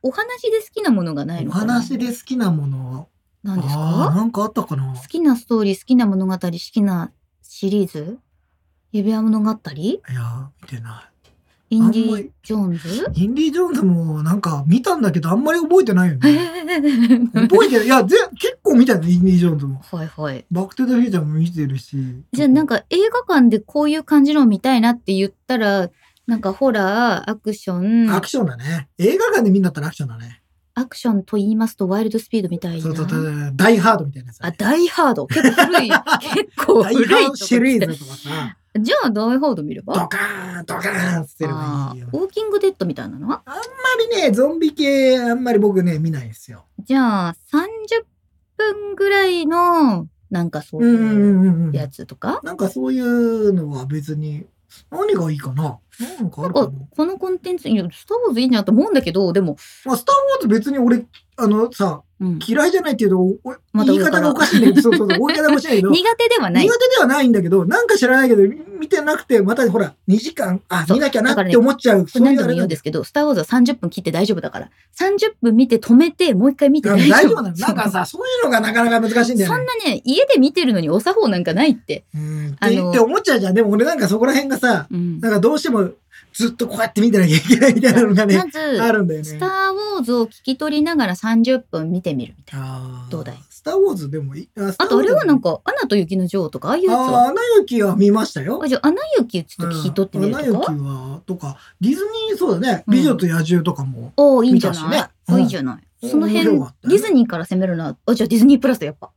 お話で好きなものがない
お
のかな
話で好きなもの。
なんです
あー
か
なんかあったかな
好きなストーリー、好きな物語、好きなシリーズ指輪物語イ
いや、見てな
ンディ
あんまり・
ジョーンズ
い。インディ・ジョーンズもなんか見たんだけど、あんまり覚えてないよね。
は
覚えてる。いや、ぜ結構見たよ、インディ・ジョーンズも。
いはい。
バック・トゥ・ザ・フューチャーも見てるし。
じゃあなん
か、
か映画館でこういう感じのを見たいなって言ったら、なんかホラー、アクション、
アクションだね。映画館で見んだったらアクションだね。
アクションと言いますと、ワイルドスピードみたい
そうそうそ
な。
う、ダイハードみたいなやつ。
あ、ダイハード。結構古い。結構
ダイ
古いと
ハー
こ
ドシリー
来て
ズとかさ、
じゃあ、ダイハード見れば
ドカーン、ドカーンっつってれば
あ
いい
ー
よ。あんま
ウォーキングデッドみたいなのは
りね、ゾンビ系、あんまり僕ね、見ないですよ。
じゃあ、30分ぐらいの、なんかそう
うんう
いうん
うんうん。
やつとか、
なんかそういうのは別に、何がいいかななんかあるか
な
なん
か、このコンテンツ、いや、スター・ウォーズいいなと思うんだけど、でも、
まあ、スター・ウォーズ別に俺、あのさ、
うん
嫌いじゃないっていうと、おお
また
言い
上から
方がおかしいんだけど、そうそう そう、言い方がおかしいんだけど、苦
苦手ではな
手
い。
ではないんだけど、なんか知らないけど、見てなくて、またほら、2時間、あ、
そう
見なきゃ
だ
な
か
っ
らね
て思っちゃう。そうい
何
う
度
あ
も
れ
言う
なんん
で
です
けど、スター・ウォーズは30分切って大丈夫だから。30分見て止めて、もう一回見て
大
大丈夫。
丈夫なのなんかさ、そういうのがなかなか難しいんだ
そ
よ
ん
ね。
なね、家で見てるのにお作法なんかないって。
うんっ
あ
て
の
って思っちゃうじゃん。でも俺なんかそこら辺がさ、
うん
なんかどうしてもずっとこうやって見てなきゃいけないみたいなのがね
ま、ず、
あるんだよね。
スター・ウォーズを聞き取りながら30分見てみるみたいな。
あー
どうだい
スター・ウォーズでもいい。
あと、あれはなん
か、
か、アナと雪の女王とか、ああいうやつ
あ
は。
あ、アナ雪は見ましたよ
あ。じゃあ、アナ雪ちょっと聞き取ってみるとか。
うんアナ雪は、とか、ディズニー、そうだね、
うん
美女と野獣とか も。
おおいいんじゃない、
見たしね
あ
うん
いいじゃない。その辺、
面白かったね
ディズニーから攻めるのは、あ、じゃあディズニープラスだやっぱ。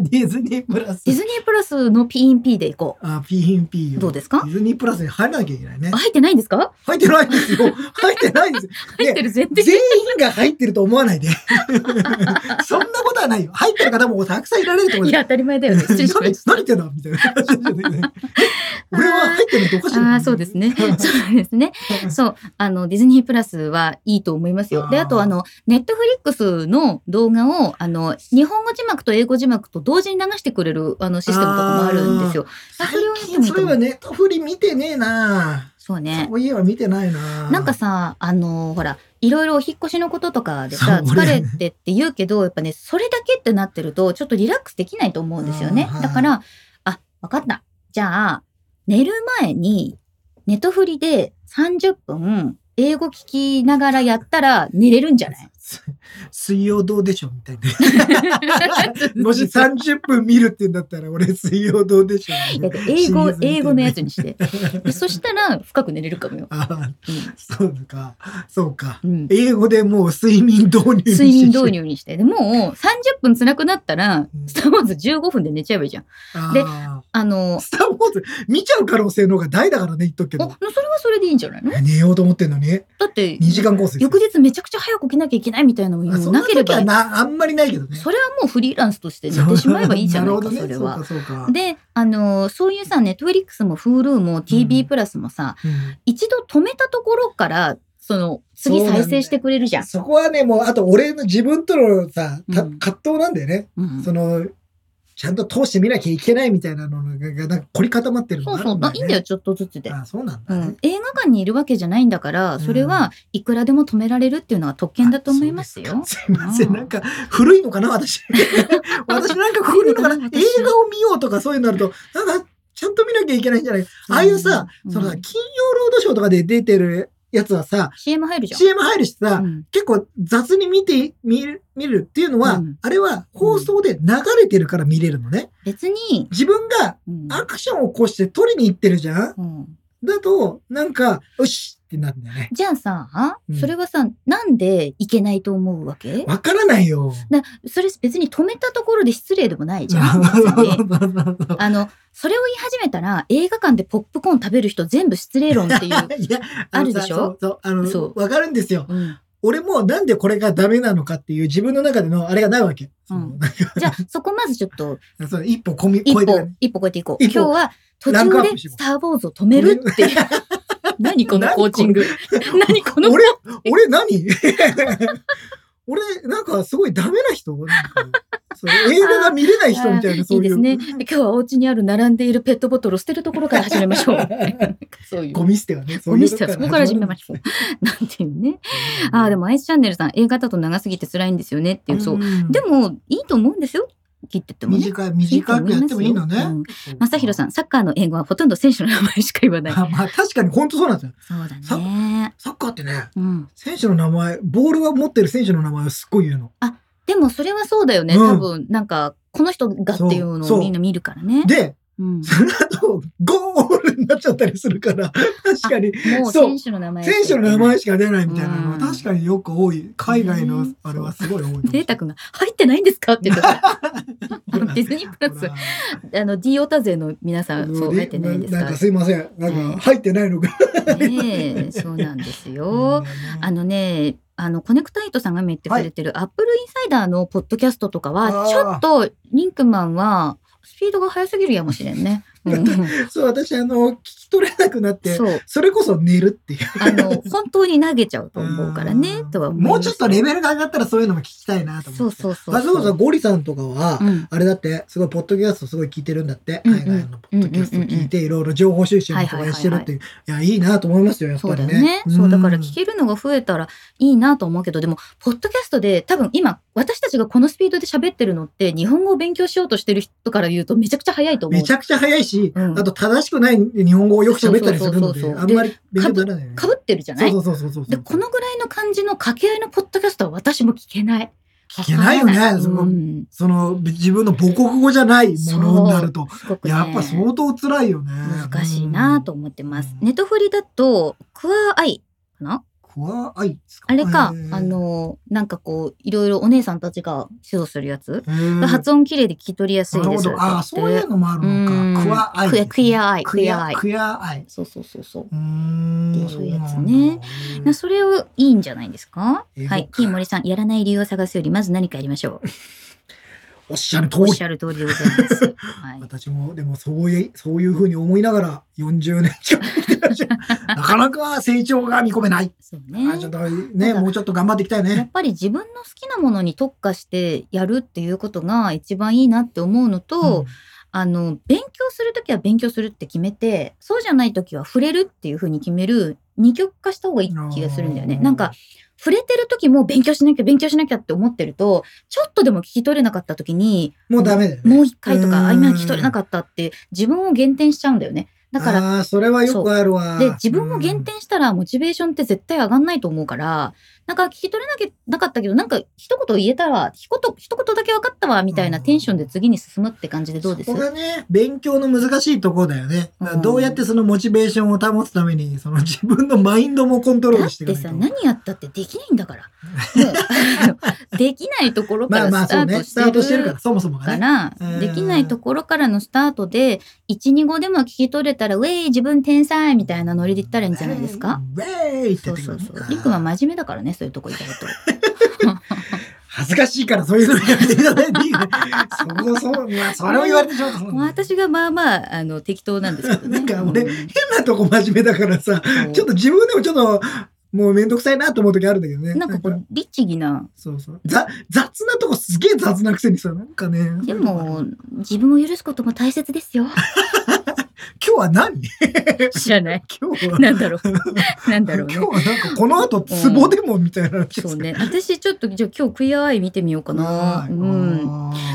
ディズニープラス
ディ。ズニープラスの P&P で行こ
あ、ピーヒンピーよ
どうですか
ディズニープラスに入らなきゃいけないね
う。。入ってないんですか
入ってない ですよ。入ってないですよ。
入ってる前提。
全員が入ってると思わないで。 そんなことはないよ。入ってる方もたくさんいられると思う
い。や、当たり前だよね。失礼しま
何
した
何言ってんだみたいな 話ですよ ね。え俺は入ってるのっておかしい
ああ、そうですね。 そうですね。そう。あの、ディズニープラスはいいと思いますよ。で、
あー
あと、あの、ネットフリックスの動画を、あの、日本語字幕と英語字幕と同時に流してくれる、あの、システムとかもあるんですよ。あそれをやってもいい
そ
と
れ
思
は
う。
ネットフリ見てねえな
そうね。
そういえば見てないな
なんかさ、あのほら、いろいろお引っ越しのこととかで
そう
さ、疲
俺
れてって言うけど、やっぱね、それだけってなってると、ちょっとリラックスできないと思うんですよね
うんは。い
だから、あ、わかった。じゃあ、寝る前に、ネトフリで30分、英語聞きながらやったら寝れるんじゃない
水曜どうでしょうみたい な。もし30分見るって言うんだったら俺水曜どうでしょう
だって英語、
シリーズみたいな
英語のやつにして。でそしたら、深く寝れるかもよ。
ああ、そうか。そうか。
うんうん
英語でもう睡眠導入にして
睡眠導。入にして。でもう、30分辛くなったら
う、ん
スター・ウォーズ15分で寝ちゃえばいいじゃん。で
あ
あの
あ、スター・ウォーズ見ちゃう可能性の方が大だからね言っとくけ
お
ど。
それはそれでいいんじゃないのだ
寝ようと思ってんのに
って
2時間コースですよ
翌日めちゃくちゃ早く起きなきゃいけないみたいなのも
あそん
な
な
けれ
時
ば
はなあんまりないけどね。
それはもうフリーランスとして寝てしまえばいいじゃないか
るほどね
それ は。
そうかそうか
であのそういうさネットフリックスも Hulu も TV プラスもさ、
うん
一度止めたところからその次
そうなんだ
再
よ
生してくれるじゃん。
そこはね、もう、あと俺の自分とのさ、た
うん
葛藤なんだよね。
うん
その、ちゃんと通してみなきゃいけないみたいなのが、がなんか凝り固まってるの
そう
があ
そ
る
うん
だ
あ
よ、ね。
いいんだよちょっとずつで。
あ、そうなん
う
だね、
ん、映画館にいるわけじゃないんだからそれはいくらでも止められるっていうのは特権だと思いますよ。
すいませ
うん
ん。なんか、古いのかな 私。私なんか古いのかな映
古いのかな 私
画を見ようとかそういうのあると、なんか、ちゃんと見なきゃいけないんじゃないああいうさ、
うん
その
う
さ、
ん
金曜ロードショーとかで出てるやつはさ、
CM 入るじゃん。
CM 入るしさ、
うん
結構雑に見て見る見るっていうのは、
うん
あれは放送で流れてるから見れるのね。
別に、
自分が
うん
アクションを起こして取りに行ってるじゃん
うん、
だと、なんか、よしってなるんだよね。
じゃあさ、
うん
それはさ、なんでいけないと思うわけ
わからないよ。
なそれ別に止めたところで失礼でもないじ ゃん。別に
い
あの、それを言い始めたら、映画館でポップコーン食べる人全部失礼論ってい う。
や、
あ
の
る
さ
でしょ
そうそう、あ
そ
の、
う
わかるんですよ。
うん
俺もなんでこれがダメなのかっていう自分の中でのあれがないわけ。そのなん
じゃあ、そこまずちょっと、
かその一歩込み、
一
超えて
歩
ね、
一歩超えていこう。
一
今日
歩
は途
ランクア
中
ッ
で
プしよ
ス
う
ター・ウォーズを止めるっていう。何このコー チング。何この、
俺、俺何 俺、なんかすごいダメな人なんかそう映画が見れない人みたいな、
い
そ
いう
い
で
う。
すね。今日はお家にある並んでいるペットボトルを捨てるところから始めま しょう。そういう
ゴ。ミ捨てはね、
ゴミ捨てはそこから始めま
し
しょう。なんていうね。ああ、でもアイスチャンネルさん、映画だと長すぎて辛いんですよねっていう、そう。でも、いいと思うんですよ。切ってってもね。
短い、短くやってもいいのね。
うん正弘さん、サッカーの英語はほとんど選手の名前しか言わない。
あまあ確かに本当そうなんですよ。
そうだ
サ
ね。
サッカーってね、
うん。
選手の名前、ボールは持ってる選手の名前をすっごい言うの。
でも、それはそうだよね。
うん
多分、なんか、この人がっていうの
そ
を
う
みんな見るからね。
で、
うん、
その後、ゴールになっちゃったりするから、確かに、
もう選手の名前。
選手の名前。しか出ないみたいなの
う
は
ん
確かによく多い。海外
う
の
ん
あれはすごい多いと思う。
データ君が入ってないんですかって言って たあのディズニープラ
ほ
ス
ら
あの D オタ勢の皆さんそう入ってないんです
な
か
んかすいません。なん
はい
か入ってないのか。
ねえ、そうなんですよ。あのね、あのコネクタイトさんが今言ってくれてるアップルインサイダーのポッドキャストとかは、
あー
ちょっとリンクマンはスピードが速すぎるやもしれんね。 うん、
そう、私、あの、聞き取れなくなって、
そう、
それこそ寝るっていう。
あの本当に投げちゃうと思うからね
う、ん
とは思います
もうちょっとレベルが上がったらそういうのも聞きたいなと
そ
思
う
って。
そうそう。
あそうそうゴリさんとかは、
うん
あれだって、すごい、ポッドキャストすごい聞いてるんだって、
うんうん
海外のポッドキャスト聞いて、いろいろ情報収集とかしてるっていう。いや、いいなと思いますよ、やっ
そ
ぱ
うだ
り
よ
ね。
ね。そう、だから
ん
聞けるのが増えたらいいなと思うけど、でも、ポッドキャストで多分今、私たちがこのスピードで喋ってるのって、日本語を勉強しようとしてる人から言うとめちゃくちゃ早いと思う
めち。ゃくちゃ早いし、
うん
あと正しくない日本語をよく喋ったりするので、
そうそうそうそう
あんまり勉強にならないよね。
かぶってるじゃない
そうそうそうそうそう。
で、このぐらいの感じの掛け合いのポッドキャストは私も聞けない。
聞けないよね
わから
その
うん
その自分の母国語じゃないものになると、
すごくね、
やっぱ相当辛いよね。
難しいなと思ってます。
うん
ネトフリだと、クアアイかな
怖いですか
あれか
へ、ー
あの、なんかこう、いろいろお姉さんたちが指導するやつ。
へー
発音綺麗で聞き取りやすい
なる
で
ほ
す。
ど。ああ、そういう
う。
のもあるの
う
か。
ん
クワアイですね。
クエクエアアイ
クエア
クエアアイ
クエアアイ。
そうそうそうそう。
うーん。
そういうやつね
そうなんだ。
なそれをいいんじゃないですか
英語
はい。金森さん、やらない理由を探すより、まず何かやりましょう。
おっしゃる通
おっ
り
し。ゃる通りでござい ます。はい。
私もでもそういうそういうふうに思いながら40年近く生きてらっし ゃるなかなか成長が見込めない、
そう
あちょっと
ね。
ね
なんか
もうちょっと頑張っていきたい
やっ
ね
ぱり自分の好きなものに特化してやるっていうことが一番いいなって思うのと、
うん
あの、勉強するときは勉強するって決めて、そうじゃないときは触れるっていうふうに決める二極化した方がいい気がするんだよね。
あー
なんか、触れてるときも勉強しなきゃ勉強しなきゃって思ってると、ちょっとでも聞き取れなかったときに、
もうダメだよね
もう一回と
うん
か、あ、今聞き取れなかったって自分を減点しちゃうんだよね。だから、
あーそれはよくあるわ
で、自分を減点したらモチベーションって絶対上がんないと思うから、なんか聞き取れなきゃなかったけど、なんか一言言えたら、一言、一言だけ分かったわ、みたいなテンションで次に進むって感じでどうです
そこがね勉強の難しいところだよね、だからどうやってそのモチベーションを保つためにその自分のマインドもコントロー
だ
ル
っ
していか
て
ないと
さ、何やったってできない んだから。もうあのできないところか
まあま
ら
あ
スタ
そう
ー
ね
ト
スタートし
して
て
る
るからそもそもが
か
ね
ら、
うん
できないところからのスタートで、1、2、5でも聞き取れたら、ウェイ、自分天才みたいなノリで言ったらいいんじゃないですか。
ウェーイって
そ
言ってく
うそ
る
うそう。りくんは真面目だからね、そういうとこ行かれと。
恥ずかしいからそういうのやめていただいていいねそこそう、まあ、それを言われてしまうとそうなんだよ
私がまあまあ、あの、適当なんですけど ね。
なんか俺
う
変なとこ真面目だからさ、
そう
ちょっと自分でもちょっと、もうめんどくさいなと思う時あるんだけどね。
なんかこ
やっぱ
う、律儀な。
そうそう。ざ雑なとこすげえ雑なくせにさ、なんかね。
でも、自分を許すことも大切です よ。
今日は何
知らない。
今日は、
なんだろ う。なんだろ
今
う
日
ね。
はなんかこの後ツボでもみたいな話で
そう
すか。
ね。私ちょっと、じゃあ今日クイアアイ見てみようかな。うん。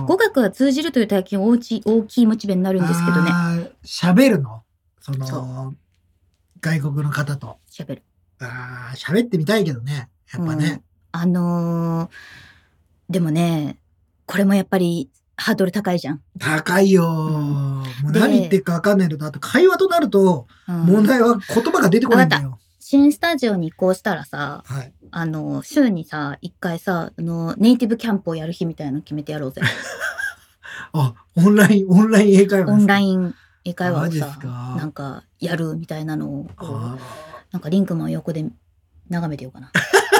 語
で
学が通じるという体験大きい、大きいモチベになるんですけどね。
ね。喋るのその
そ
外国の方と。
喋る。
ああ、喋ってみたいけどね。やっぱ
うん
ね。
あのーでもね、これもやっぱりハードル高いじゃん。
高いよー、
ん
もう
で
何言ってるか分かんないのと、あと会話となると、
うん
問題は言葉が出てこないんだよ。
新スタジオに移行したらさ、
はい。
あの、週にさ、一回さ、あの、ネイティブキャンプをやる日みたいなの決めてやろ うぜ。
あ、オンライン、オンライン英会話
オンラ
ン。
イン英会話を
マジっす
さ、
か
なんかやるみたいなのを、
あ
なんかリンクマンを横で眺めてよ うかな。
ー俺
そんなリンクマン。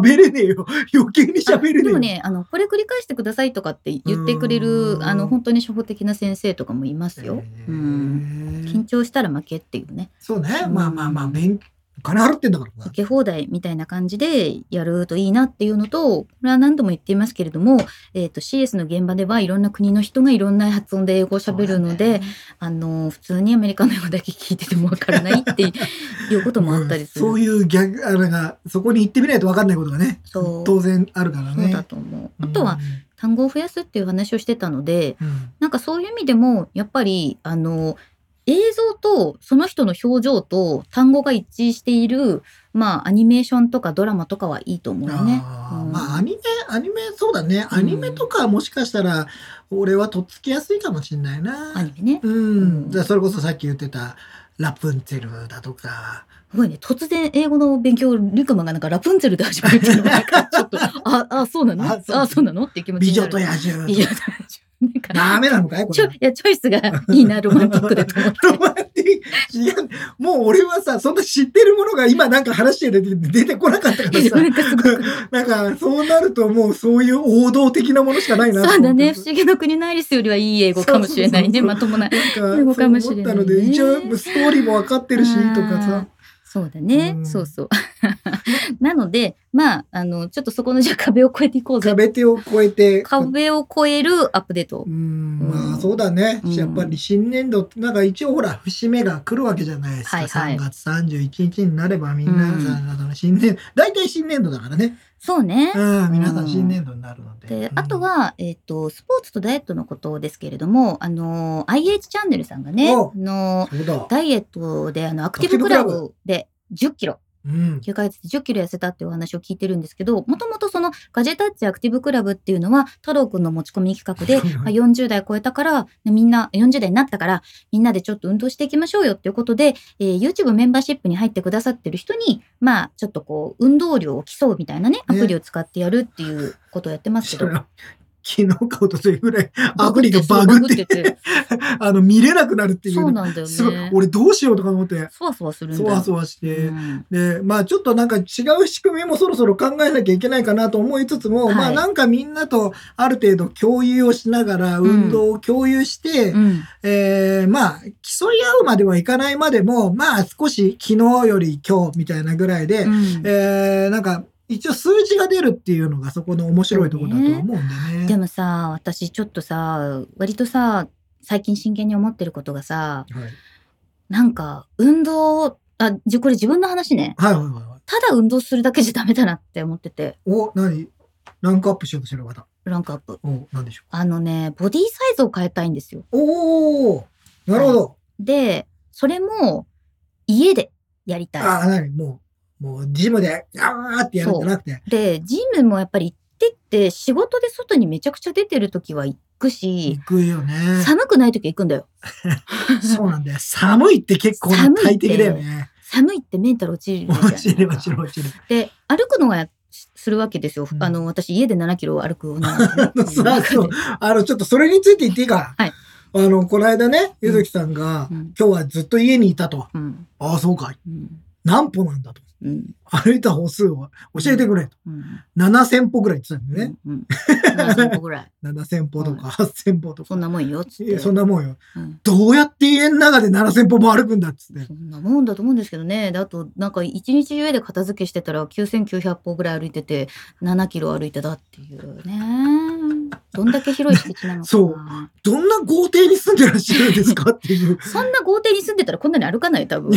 喋れねえよ。余計に喋れねえ
で
よ。
もね、あの、これ繰り返してくださいとかって言ってくれ
う
る、
ん
あの、本当に初歩的な先生とかもいます
へ
よ。
ー
うん。緊張したら負けっていうね。
そうね。
うん
まあまあまあ、勉お金払ってんだから
か
な。
け放題みたいな感じでやるといいなっていうのと、これは何度も言っていますけれども、えっ、と CS の現場ではいろんな国の人がいろんな発音で英語を喋るの
そう
で、
だね
あの、普通にアメリカの英語だけ聞いててもわからないって いうこともあったりする。
うんそういう逆、あれが、そこに行ってみないと分かんないことがね、
そう
当然あるからね。
そうだと思う。あとは単語を増やすっていう話をしてたので、
うん、
なんかそういう意味でも、やっぱり、あの、映像とその人の表情と単語が一致している、まあ、アニメーションとかドラマとかはいいと思うよね。
あー
うん
まあアニメアニメそうだねアニメとかもしかしたら俺はとっつきやすいかもしんないな。
アニメね。
うん、だからそれこそさっき言ってた「ラプンツェル」だとか
すごいね。突然英語の勉強、リクマンがなんかラプンツェルで始まるっていうのがなんか、ちょっと、あ、 あ、そうなの
あそう
あ、そうなのっていう気
「
持ち
美
にな
女
る。
と野獣」
い
と
や
か。、
なんか
ダメなのかいこ
ちょ
れ
い。やチョイスがいいな、ロマンティックだと思って。
ロマンティック違うもう俺はさそんな知ってるものが今なんか話して出て出てこなかったから
いや
さ
なんかすごく
なんかそうなるともうそういう王道的なものしかないなと
そう
思
だ
って
ね。不思議の国のアリスよりはいい英語かもしれない
そうそう
ね。
そう
まともな。
なん
動
か
くかもしれない
そ
ね
う思ったので一応ストーリーも分かってるしとかさ
そうだね。
うん
そうそう。 なので、まあ、あの、ちょっとそこのじゃあ壁を越えていこうぜ。
壁手を越えて
壁を越えるアップデート
う。んまあそうだね、
うん
やっぱり新年度なんか一応ほら節目が来るわけじゃないですか、
はいはい
3月31日になればみんな
うん
さ、あの新年大体新年度だからね、
そうね。
うん、皆さ
うん
ん新年度になるので,うん、
であとは、えっとスポーツとダイエットのことですけれども、あの IH チャンネルさんがね、あ
お
の
そうだ、
ダイエットであのアクティブクラ
アクティ
ブで10キロ、
うん、
9ヶ月で10キロ痩せたっていうお話を聞いてるんですけど、もともとそのガジェタッチアクティブクラブっていうのは、太郎くんの持ち込み企画 で、まあ、40代超えたから、ねみんな、40代になったから、みんなでちょっと運動していきましょうよっていうことで、えー YouTube メンバーシップに入ってくださってる人に、まあ、ちょっとこう、運動量を競うみたいなね、アプリを使ってやるっていうことをやってますけ
そ
ど
れ。は 昨日かおとといぐらいアプリがバグって
そうバグってて
あの見れなくなるっていう
そう
の
なんだよ
すごい
ね。
俺どうしようとか思って
そわそわするんだ
そ
よ。
わそわして、
うん
でまあちょっとなんか違う仕組みもそろそろ考えなきゃいけないかなと思いつつも、
はい
まあなんかみんなとある程度共有をしながら
うん
運動を共有して、
うん
えーまあ競い合うまではいかないまでもまあ少し昨日より今日みたいなぐらいで、
うん
えーなんか一応数字が出るっていうのがそこの面白いところだと思うんでね。
でもさ私ちょっとさ割とさ最近真剣に思ってることがさ
はい、
なんか運動あじこれ自分の話ね
はいはいはいはい。
ただ運動するだけじゃダメだなって思ってて
お、何ランクアップしようとしてる方。
ランクアップ
お、なんでしょ
あのねボディサイズを変えたいんですよ
う。おおなるほど。
でそれも家でやりた
ああ、なにもう、もう、ジムで、あーってやるんじゃなくて。
いでジムもやっぱり行ってって仕事で外にめちゃくちゃ出てる時は行くし
行くよね。
寒くない時は行くんだよ
そうなんだよ。寒いって結構な
寒いって
大敵だよね。
寒いってメンタル落ちるじゃん
落ちる落ちる落ちる。
で歩くのがすするわけですよ、
うん
あの私家で7キロ歩く女 なんで
そうそうあの、ちょっとそれについて言っていいか。
はい
あの、この間ね、ゆずきさんが、
うん
今日はずっと家にいたと。
うん
ああ、そうか。
うん
何歩なんだと。
うん
歩いた歩数を教えてくれと。
うん
7000歩ぐらいって言ってたんだよね。
うんうん7000歩ぐらい
7000歩とか8000歩とか
そん。なもんよっつっ
い
て
やそんなもんよ。
うん
どうやって家の中で7000歩も歩くんだっつって。
そんなもんだと思うんですけどねであとなんか一日家で片付けしてたら9900歩ぐらい歩いてて7キロ歩いてたっていうねどんだけ広い敷地なのか な
そうどんな豪邸に住んでらっしゃるんですかっていう。
そんな豪邸に住んでたらこんなに歩かないよ多分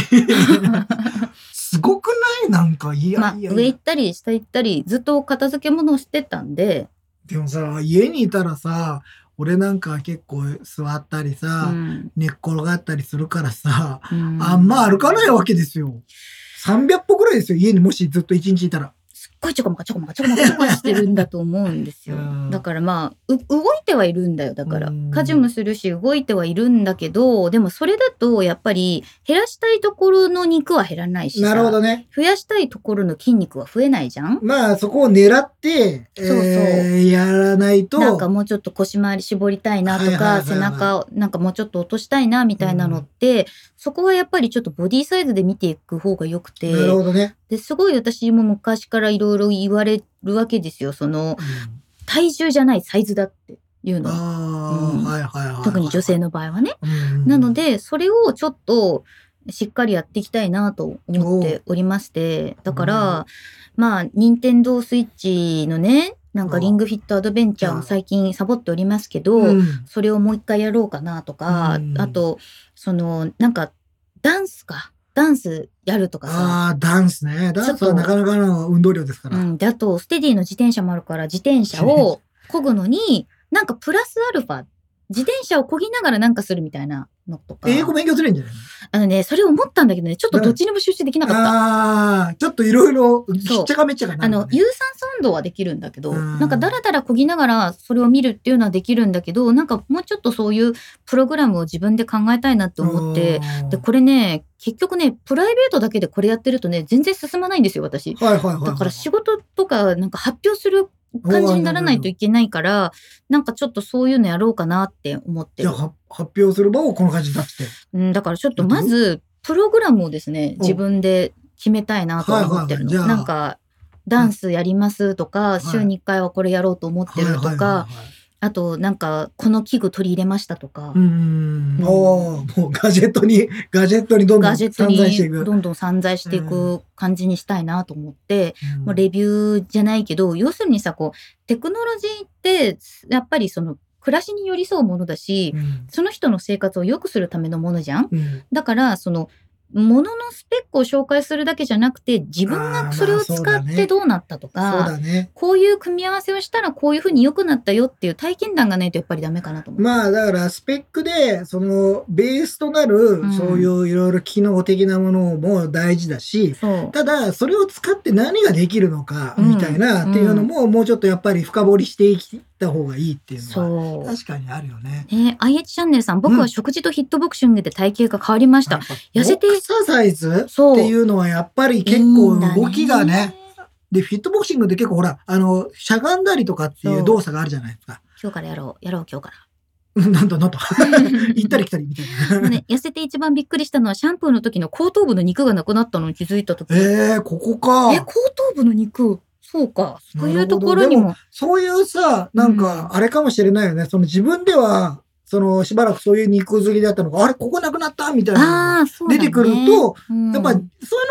すごくないなんか、いや
まあ
いや、
上行ったり下行ったりずっと片付け物をしてたんで、
でもさ、家にいたらさ、俺なんか結構座ったり
う
さ、
ん
寝っ転がったりするからさ、
うん
あんま歩かないわけですよ。300歩ぐらいですよ、家にもしずっと一日いたら。
すっごいちょこまかちょこまかちょこまかちょこまかしてるんだと思うんですよ
うん
だからまあう動いてはいるんだよだから
うん
家事もするし動いてはいるんだけどでもそれだとやっぱり減らしたいところの肉は減らないしさ
なるほどね。
増やしたいところの筋肉は増えないじゃん
まあ、そこを狙って、
そうそう
えーやらないと。
なんかもうちょっと腰回り絞りたいなと
はいはいはい
か
はい
背中をなんかもうちょっと落としたいなみたいなのってそこはやっぱりちょっとボディサイズで見ていく方がよくて
なるほどね。
ですごい私も昔からいろいろ言われるわけですよその体重じゃないサイズだっていうの。
ああ、
うん
はいはいはい。
特に女性の場合はね。
うん。
なので、それをちょっとしっかりやっていきたいなと思っておりまして、だから、まあ、任天堂スイッチのね、なんかリングフィットアドベンチャーを最近サボっておりますけど、
うん、
それをもう一回やろうかなとか、
うん
あと、その、なんか、ダンスか。ダンスやるとかさ。
ああ、ダンスね。ダンス
ちょっと
はなかなかの運動量ですか
う
ら。
ん。で、あと、ステディの自転車もあるから、自転車を漕ぐのに、なんかプラスアルファ、自転車を漕ぎながらなんかするみたいなのとか。
英語勉強するんじゃない
あのね、それ思ったんだけどね、ちょっとどっちにも集中できなかった。
ああー、ちょっといろいろ、ひっちゃかめっちゃかにな
あ
るね、
の、有酸素運動はできるんだけど、
うん
なんかだらだらこぎながらそれを見るっていうのはできるんだけど、なんかもうちょっとそういうプログラムを自分で考えたいなって思って、
あー
で、これね、結局ね、プライベートだけでこれやってるとね、全然進まないんですよ、私。
はいはいはいはい。
だから仕事とか、なんか発表する感じにならないといけないから、なんかちょっとそういうのやろうかなって思って
じゃ
る
あ。は発表する場をこの感じになってて。
うん、だからちょっとまず、プログラムをですね、
お
自分で決めたいなとは思ってるの。
はいはいはいじゃあ
なんか、ダンスやりますとか、
い
週に1回はこれやろうと思ってるとか、
はいはいはいはい
あと、なんか、この器具取り入れましたとか、
うん。おーもうガジェットに、ガジェットにどんどん
ガジェット
散在してい
に
く。
どんどん散在していく感じにしたいなと思って、
うん
もうレビューじゃないけど、要するにさ、こう、テクノロジーって、やっぱりその、暮らしに寄り添うものだし、
うん
その人の生活を良くするためのものじゃん
うん
だからそのもののスペックを紹介するだけじゃなくて自分
あーま
が
あ
それを使
そうだ
っ
ね
てどうなったと
そう
か、
だね。
こういう組み合わせをしたらこういうふうに良くなったよっていう体験談がないとやっぱりダメかなと思う。
まあだからスペックでそのベースとなる
うん
そういういろいろ機能的なものも大事だし、
そう
ただそれを使って何ができるのか
うん
みたいなっていうのももうちょっとやっぱり深掘りしていった方がいいっていうのは確
そ
かにあるよね。
う。ね、IH チャンネルさん、僕
う
は
ん
食事とヒットボクシングで体型が変わりました。痩せて
エクササイズ
そう。
っていうのはやっぱり結
いいん
構
だ
動きがね。で、フィットボクシングって結構ほら、あの、しゃがんだりとかってい
そう
う動作があるじゃないですか。
今日からやろう、やろう今日から。
うんなんと なんと。行ったり来たりみたい
もう
な。
ね、痩せて一番びっくりしたのはシャンプーの時の後頭部の肉がなくなったのに気づいた時。
えー、ここか。
え後頭部の肉そうか。そうい
な
う
る
と
ほど
ころに
で
も。
そういうさ、なんか、あれかもしれないよね。その自分では、その、しばらくそういう肉好きだったのが、あれ、ここなくなったみたいな。
ああ、そうだね
出てくると、
うん
やっぱ、そういう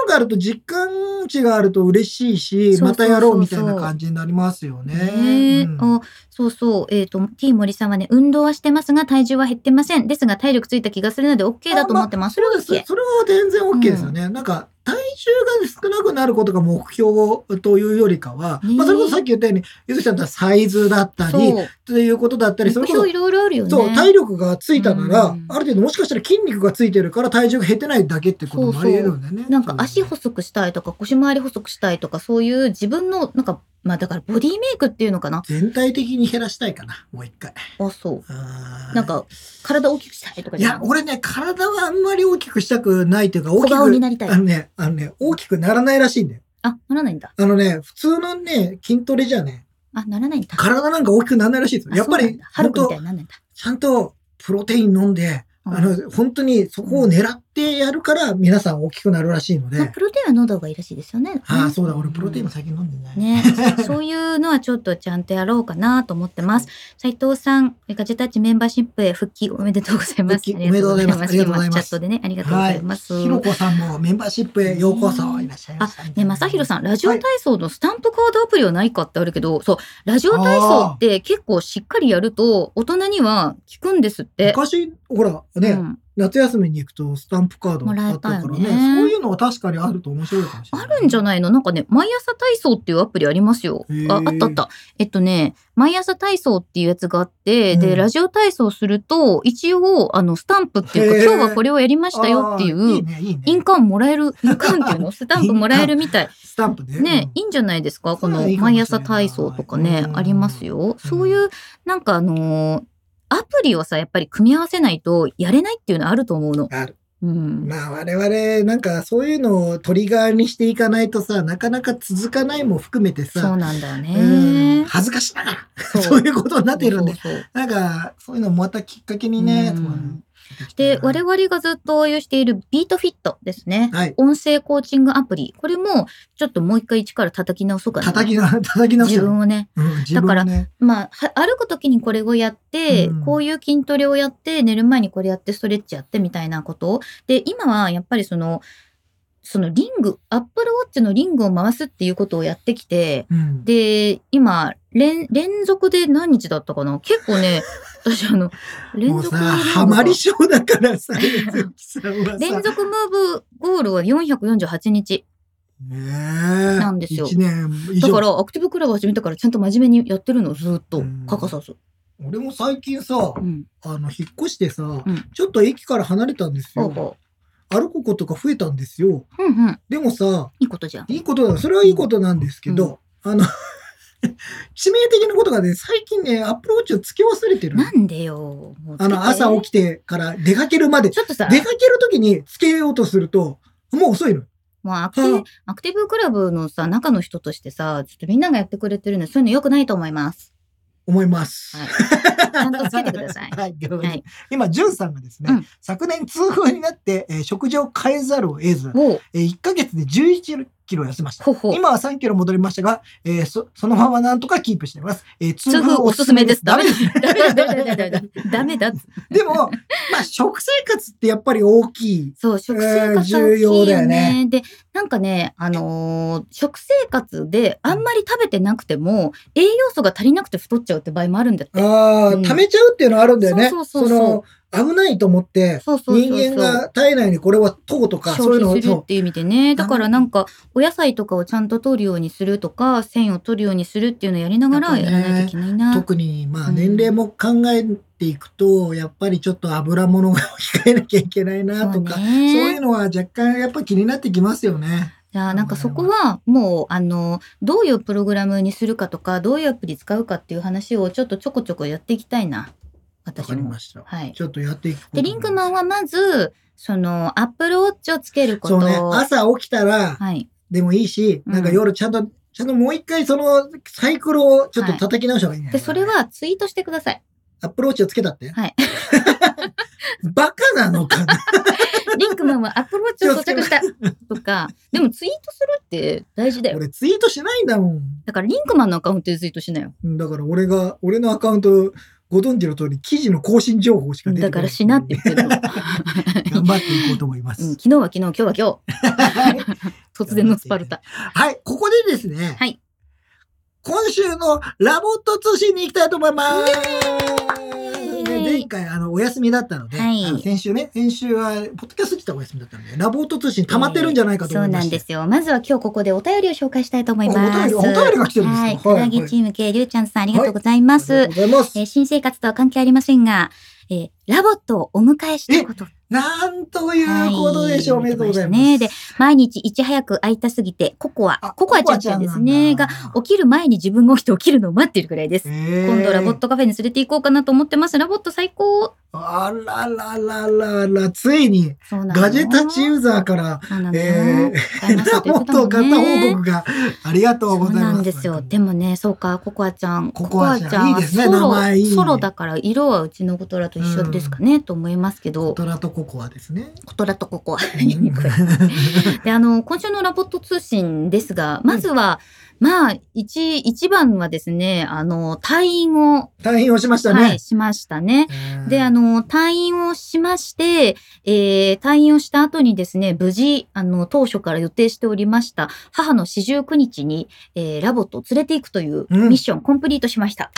のがあると、実感値があると嬉しいし、
そうそうそうそう
またやろうみたいな感じになりますよね。
ねえ
うん
あそうそう、えっ、と、T 森さんはね、運動はしてますが、体重は減ってません。ですが、体力ついた気がするので、OK だと思ってます。それは
そうで
OK
す。それは全然 OK ですよね。なんか、体重が少なくなることが目標というよりかは、
ねえ
まあ、それこそさっき言ったように、ゆずきちゃんとはサイズだったり、
そう。
ということだったり、そ
目
れこそ
標い、ろいろあるよね。
そう、体力がついたなら、
うん
ある程度もしかしたら筋肉がついてるから体重が減ってないだけってこともあり得るんだよね。
なんか足
そう
細くしたいとか、腰回り細くしたいとか、そういう自分の、なんか、まあだからボディメイクっていうのかな。
全体的に減らしたいかな、もう一回。
あ、そう。
あー
なん、か、体大きくしたいとか
い
じゃな
や、俺ね、体はあんまり大きくしたくないというか、大き
小顔に
く、
なりた
あ
い。
のね、あのね、大きくならないらしいんだよ。
あ、ならないんだ。
あのね、普通のね、筋トレじゃね、
あ、ならないんだ。
体なんか大きくならないらしいですよ。
あ
やっぱ
そうなん
り
だ、ハ
本
ルクみた
当
いになんないんだ。
ちゃんとプロテイン飲んで、
うん
あの、本当にそこを狙ってやるから皆さん大きくなるらしいの
まあ
で。
プロテインは飲んだ方がいいらしいですよね。
ああ、そうだ、俺プロテイン
も
も最近飲んでない。
ね、そそういうのはちょっとちゃんとやろうかなと思ってます。斉藤さん、ガジェタッチメンバーシップへ復帰おめでとうございます。
復帰おめでとうございますありがとうございます
今チャットでね、ありがとうございます。
ひろこさんもメンバーシップへようこそいらっしゃいま
あ
した。、
ね、まさひろさん、ラジオ体操のスタンプカードアプリはないかってあるけど、そう、ラジオ体操って結構しっかりやると、大人には効くんですって。
昔、ほら、ね、
うん
夏休みに行くとスタンプカード
もら
あ
え
ったた
よね
からねそういうのは確かにあると面白いかもしれ
あ
ない。
るんじゃ
ない
ないのなんかね、毎朝体操っていうアプリありますよ
へ。ー
あ、あったあった。えっとね、毎朝体操っていうやつがあって、
う
で、
ん
ラジオ体操すると、一応、あの、スタンプっていうか、
へー
今日はこれをやりましたよってい、
いうね、いいね。
印鑑もらえ る、印鑑っていうのスタンプもらえるみたい。
スタンプね。
ね、
うん
いいんじゃないですかこ
そういうの
の
いいかもし
毎
れない
朝体操とかね
う、ん
ありますよ。そういう、なんかあのーアプリをさ、やっぱり組み合わせないとやれないっていうのあると思うの。
ある
うん。
まあ我々なんかそういうのをトリガーにしていかないとさなかなか続かないも含めて
そう
さ、
なんだよ
うん
ね。
恥ずかしながら
そ
そういうことになってるんで
そうそうそう
なんかそういうのもまたきっかけにね、
うん
とかね
で、我々がずっと応用しているビートフィットですね。
はい
音声コーチングアプリ。これも、ちょっともう一回一から叩き直そうかな。
叩きな叩き直し
自
たの
分をね。
うん自分をね
まあ、は歩くときにこれをやって、
うん
こういう筋トレをやって、寝る前にこれやって、ストレッチやってみたいなことを。で、今はやっぱりその、そのリング、アップルウォッチのリングを回すっていうことをやってきて、
うん
で、今、連、連続で何日だったかな結構ね、 私あの、連
もう
続
さ、
のリングが
ハマり性だから さ、ゆずきさんはさ。
連続ムーブゴールは448日。
ねえ
なんですよ
一年以
だ
上。
から、アクティブクラブ始めたから、ちゃんと真面目にやってるの、ずーっと
うん、
欠かさず。
俺も最近さ、
うん。
あの、引っ越してさ、
ん
ちょっと駅から離れたんです
ほ
よ
う。ほ
歩くことが増えたんですよ。
う。うんうん。
でもさ、
いいことじゃん。
いいことだよ。それはいいことなんですけど、あの、 致命的なことがね、最近ね、アップローチをつけ忘れてる。
なんでよ。もう
あの、朝起
き
きてから出かけるまで。
ちょっとさ、
出かけるときにつけようとすると、もう遅いの。
もうアクティ
う
ブ
ん、
アクティブクラブのさ、中の人としてさ、ちょっとみんながやってくれてるの、そういうの良くないと思います。
思います。
はい。ちゃんとつけてく ださい。
はい、了解
はい。
今、ジュンさんがですね、
うん
昨年痛風になって、えー食事を変えざるを得ず、
おう
えー1ヶ月で11キロ痩せました。
ほうほう。
今は3キロ戻りましたが、えーそそのままなんとかキープしています。えー
痛風おすすめです。ダ
ダ
メ
メ
で
ですす。。
ダメだ、ダメだ、ダメだ。ダメだ。
でも、まあ、食生活ってやっぱり大きい。
そう、食生活大きいよ、ね
重要だよね
で、なんかね、あのー食生活であんまり食べてなくても、栄養素が足りなくて太っちゃうって場合もあるんだって。
ああ、
うん
溜めちゃうっていうのはあるんだよね。
そうそうそうそう
その危ないと思って、
そうそうそう
人
そう。
間が体内にこれは糖とか、そうい
消
うのを
費するっ
そ
ていう意味でね。だからなんか、お野菜とかをちゃんと取るようにするとか、繊維を取るようにするっていうのをやりなが
なん
ら
か
や
ね
らないといけないうな。
特に、まあ、
うん
年齢も考えていくと、やっぱりちょっと油物が控えなきゃいけないなとか、
そ
そうう,、
ね
いうのは若干やっぱ気になってきますよね。
じゃあなんかそこはもうあのどういうプログラムにするかとかどういうアプリ使うかっていう話をちょっとちょこちょこやっていきたいな
わ
私
かり
も
ま。した。
はい、
ちょっとやっていくこと
で
に
リンクマンはまずそのアップルウォッチをつけるこ
そ
と、
うね、朝起きたら、
はい、
でもいいし、
うん
なんか夜ちゃんと、ちゃんともう一回そのサイクルをちょっと叩き直した方がいいね。
でそれはツイートしてく ださい。
アップローチをつけたって
はい、
バカなの かな
リンクマンはアップルウォッチを装着したとかでもツイートするって大事だよ
俺ツイートしないんだもん。
だからリンクマンのアカウントでツイートしなよ
だから俺が、俺のアカウント、ご存知の通り記事の更新情報しか出てこな
だ
い。
からしなって言ってるの、
頑張っていこうと思いま
うん
す。
昨日は昨日今日は今
はい
日突然のスパ ルタ
はい、ここでですね。
はい
今週のラボット通信に行きたいと思います。
ーイ
前回、あの、お休みだったので、
はい
あの先週ね、先週は、ポッドキャスト自体お休みだったので、ラボット通信溜まってるんじゃないかと思いま
そうなん
して、
ですよ。まずは今日ここでお便りを紹介したいと思います。
お便りお便りが来てるんですか
は
は
い。
いはい
草薙チーム系りゅうちゃんさん、ありがとうございます。
ありがとうございます。
えー新生活とは関係ありませんが、えーラボットをお迎えしたこと。
なんということでしょう、
はい
おめでとうございます。
ねで毎日いち早く空いたすぎて、ココア、ココアちゃんって言うんですね。が、起きる前に自分が起きて起きるのを待っているくらいです。今
今
度ラボッ。トカフェに連れて行こうかなと思ってます。ラボット最高。
あららららら、ついに、
そうなの
ガジェタッチユーザーから、
そうなの
えー
買いました
ラ
って言
ボ
って
ッ
たも
ト
んね
型報告がありがとう
そ
ござ
う
います。
なんですよ。でもね、そうか、ココアちゃん。
ココアちゃんいいですね
ソロ
名前いいね
ソロだから、色はうちのゴトラと一緒ですかね、と思いますけど
コ、トラとココアです ね。
ゴトラとココア。
うん
で、あの、今週のラボット通信ですが、まずは、まあ、一、一番はですね、あの、退院を、
退院をしましたね。
はい、しましたね。
うん
で、あの、退院をしまして、えー退院をした後にですね、無事、あの、当初から予定しておりました、母の四十九日に、えーラボットを連れて行くという
うん
ミッション、コンプリートしました。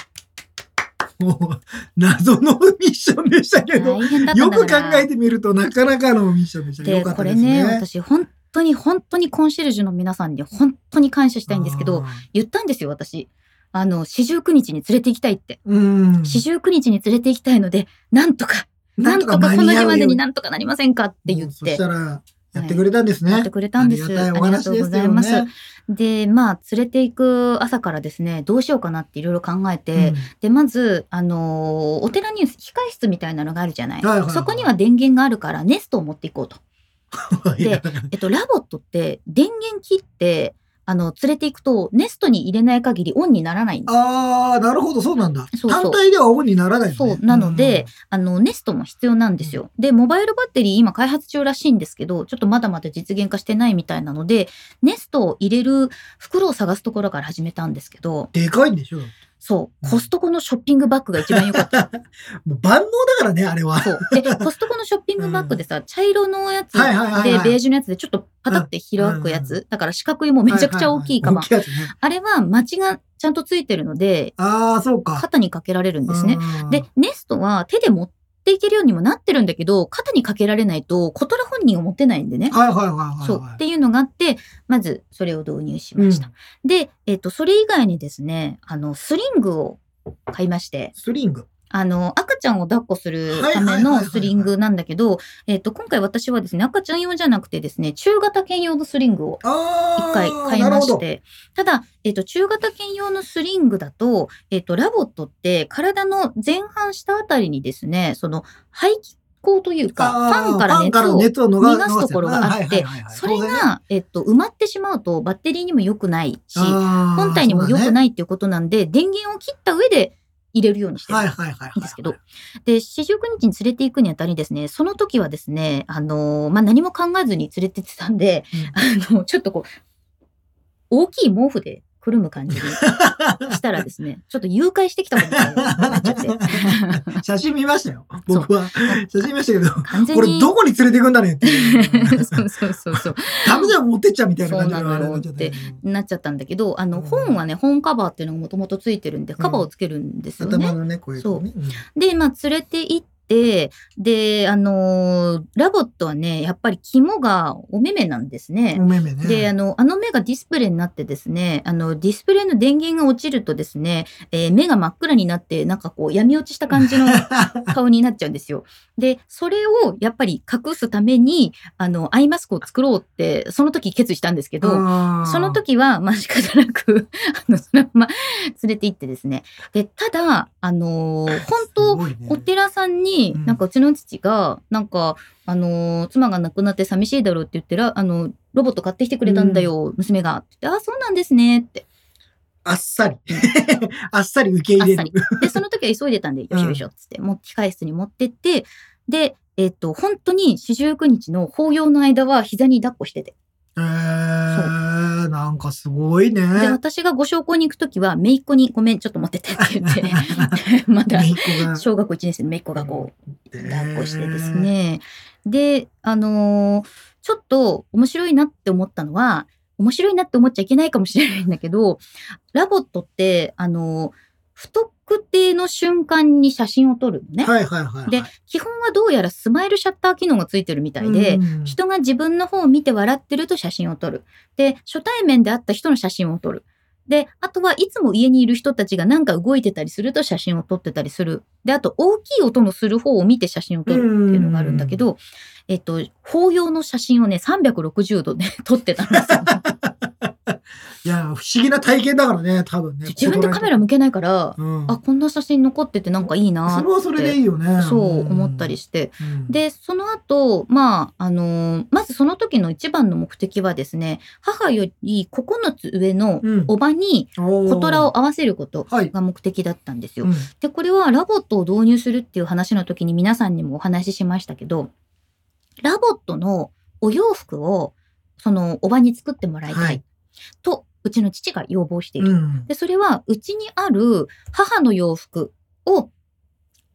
もう、謎のミッションでしたけど、
大変だった
よ
んだ
く考
から
えてみると、なかなかのミッションでしたね。よ
で、
かっ
こ
たで
れ
すね。
ね、私、本当に、本当にコンシェルジュの皆さんに、本当に感謝したいんですけど、言ったんですよ、私。あの、四十九日に連れて行きたいって。
うん、うん。
四十九日に連れて行きたいので、なんとか、なんとかこの
間に合
日
う
まで
よう
になんとかなりませんかって言
う
っ
んそ
て
し、たら、やってくれたんですね。
やってくれたんです。
ありがたいお話ですよ
ありがとうござい
ね
ま。で、まあ、連れて行く朝からですね、どうしようかなっていろいろ考えて、で、まず、あのーお寺に控え室みたいなのがあるじゃな
は
い,、
いはいはい
そこには電源があるから、ネストを持っていこうと。
うん
でえっと、ラボットって、電源切って、あの、連れて行くと、ネストに入れない限りオンにならないんです。
ああ、なるほど、そうなんだ。
そうそう
単体ではオンにならないの
そ
ね、
うなので、あのネストも必要なんですよ。でモバイルバッテリー今開発中らしいんですけどちょっとまだまだ実現化してないみたいなのでネストを入れる袋を探すところから始めたんですけど
うん、でかいんでしょ。も
そ
う
う、
ん
コストコのショッピングバッグが一番良 かった。
う万能だからね、あれは。
そう。で、コストコのショッピングバッグでさ、茶色のやつで、
はいはいはいはい
ベージュのやつでちょっとパタって開くや
うん
つ。だから四角いもう めちゃくちゃ大きいカバン
は。はは大きいやつね。
あれは街がちゃんとついてるので、
ああ、そうか。
肩にかけられるんですね。
うん
で、ネストは手で持っていけるようにもなってるんだけど、肩にかけられないと、コトラ本人を持てないんでね。
はいはいはいはい。
そう。っていうのがあって、まずそれを導入しました。で、えっ、と、それ以外にですね、あの、スリングを買いまして、
スリング。
あの、赤ちゃんを抱っこする
は
ため
いはいはいはい
の
はい
スリングなんだけど、えっと、今回私はですね、赤ちゃん用じゃなくてですね、中型犬用のスリングを
ああ
一回買いまして、ただ、えっと、中型犬用のスリングだと、えっと、ラボットって体の前半下あたりにですね、その排気口というか、ファンから熱を
熱を逃
逃がすところがあって、それ、が、えっと、埋まってしまうとバッテリーにも良くないし、本
本
体にも良く
い
ないっていうことなんで、電源を切った上で入れるようにしてる
はいはいはいはい。
んですけど、で、四十九日に連れて行くにあたりですね、その時はですね、あのーまあ、何も考えずに連れてってたんで、あの、ちょっとこう、大きい毛布でくるむ感 じにしたらですね、ちょっと誘拐してきたことになっちゃって、
写真見ましたよ。僕は。写真見ましたけど、
完全
これ
に。
どこに連れて行くんだねって いう。
そうそうそ うそう。
ダメだよ、持ってっちゃうみたいな感じのあれになっちゃ
そうなっちゃったんだけど、あの、
うん
本はね、本カバーっていうのがもともとついてるんで、カバーをつけるんですよね。
頭のね、こういうとこね。
で、まあ、連れて行って、で、あのーラボットはね、やっぱり肝がお目目なんですね。
うんお目目ね。
で、あの、あの目がディスプレイになってですね、あの、ディスプレイの電源が落ちるとですね、えー目が真っ暗になって、なんかこう、闇落ちした感 じの顔になっちゃうんですよ。で、それをやっぱり隠すために、あの、アイマスクを作ろうって、その時決意したんですけど、その時は、まあ、仕方なく、 あの、そのまま連れて行ってですね。で、ただ、あのー本当、
本
お寺さんに、
うん
なんかうちの父が、なんか、あのー妻が亡くなって寂しいだろうって言ってら、あの、ロボット買ってきてくれたんだよ、娘が。って言ってあ、そうなんですね、って。
あっさり。 あっさり受け
あっ
入
さ
れ
り
る。。
で、その時は急いでたんで、よいしょよいしょ、つって、もう控室に持ってって、で、えっ、と、本当に四十九日の法要の間は膝に抱っこしてて。
えー、なんかすごいね。
で、私がご紹介に行く時は、姪っ子に、ごめん、ちょっと持ってってって言 って、まだ
姪っ子が
小学校1年生の姪っ子がこう、抱っこしてです。
えー
ね。で、あのーちょっと面白いなって思ったのは、面白いなって思っちゃいけないかもしれないんだけど、ラボットって、あのー不特定の瞬間に写真を撮るのね。
はいはいはいはい。
で、基本はどうやらスマイルシャッター機能がついてるみたいで、
うん
人が自分の方を見て笑ってると写真を撮る。で、初対面で会った人の写真を撮る。で、あとはいつも家にいる人たちがなんか動いてたりすると写真を撮ってたりする。で、あと大きい音のする方を見て写真を撮るっていうのがあるんだけど、えっと、法要の写真をね、360度で 撮ってたんですよ。
いや、不思議な体験だからね、多分ね。
自分でカメラ向けないから、
うん
あ、こんな写真残っててなんかいいな
それはそれでいいよね。
そう思ったりして。
うん、
で、その後、まあ、あのーまずその時の一番の目的はですね、母より9つ上の
うん
おばに
お
小
ー
虎を合わせること
はい。
が目的だったんですよ。
うん
で、これはラボットを導入するっていう話の時に皆さんにもお話ししましたけど、ラボットのお洋服を、そのおばに作ってもらいた
はいい
と、うちの父が要望している。
うん
で、それは、うちにある母の洋服を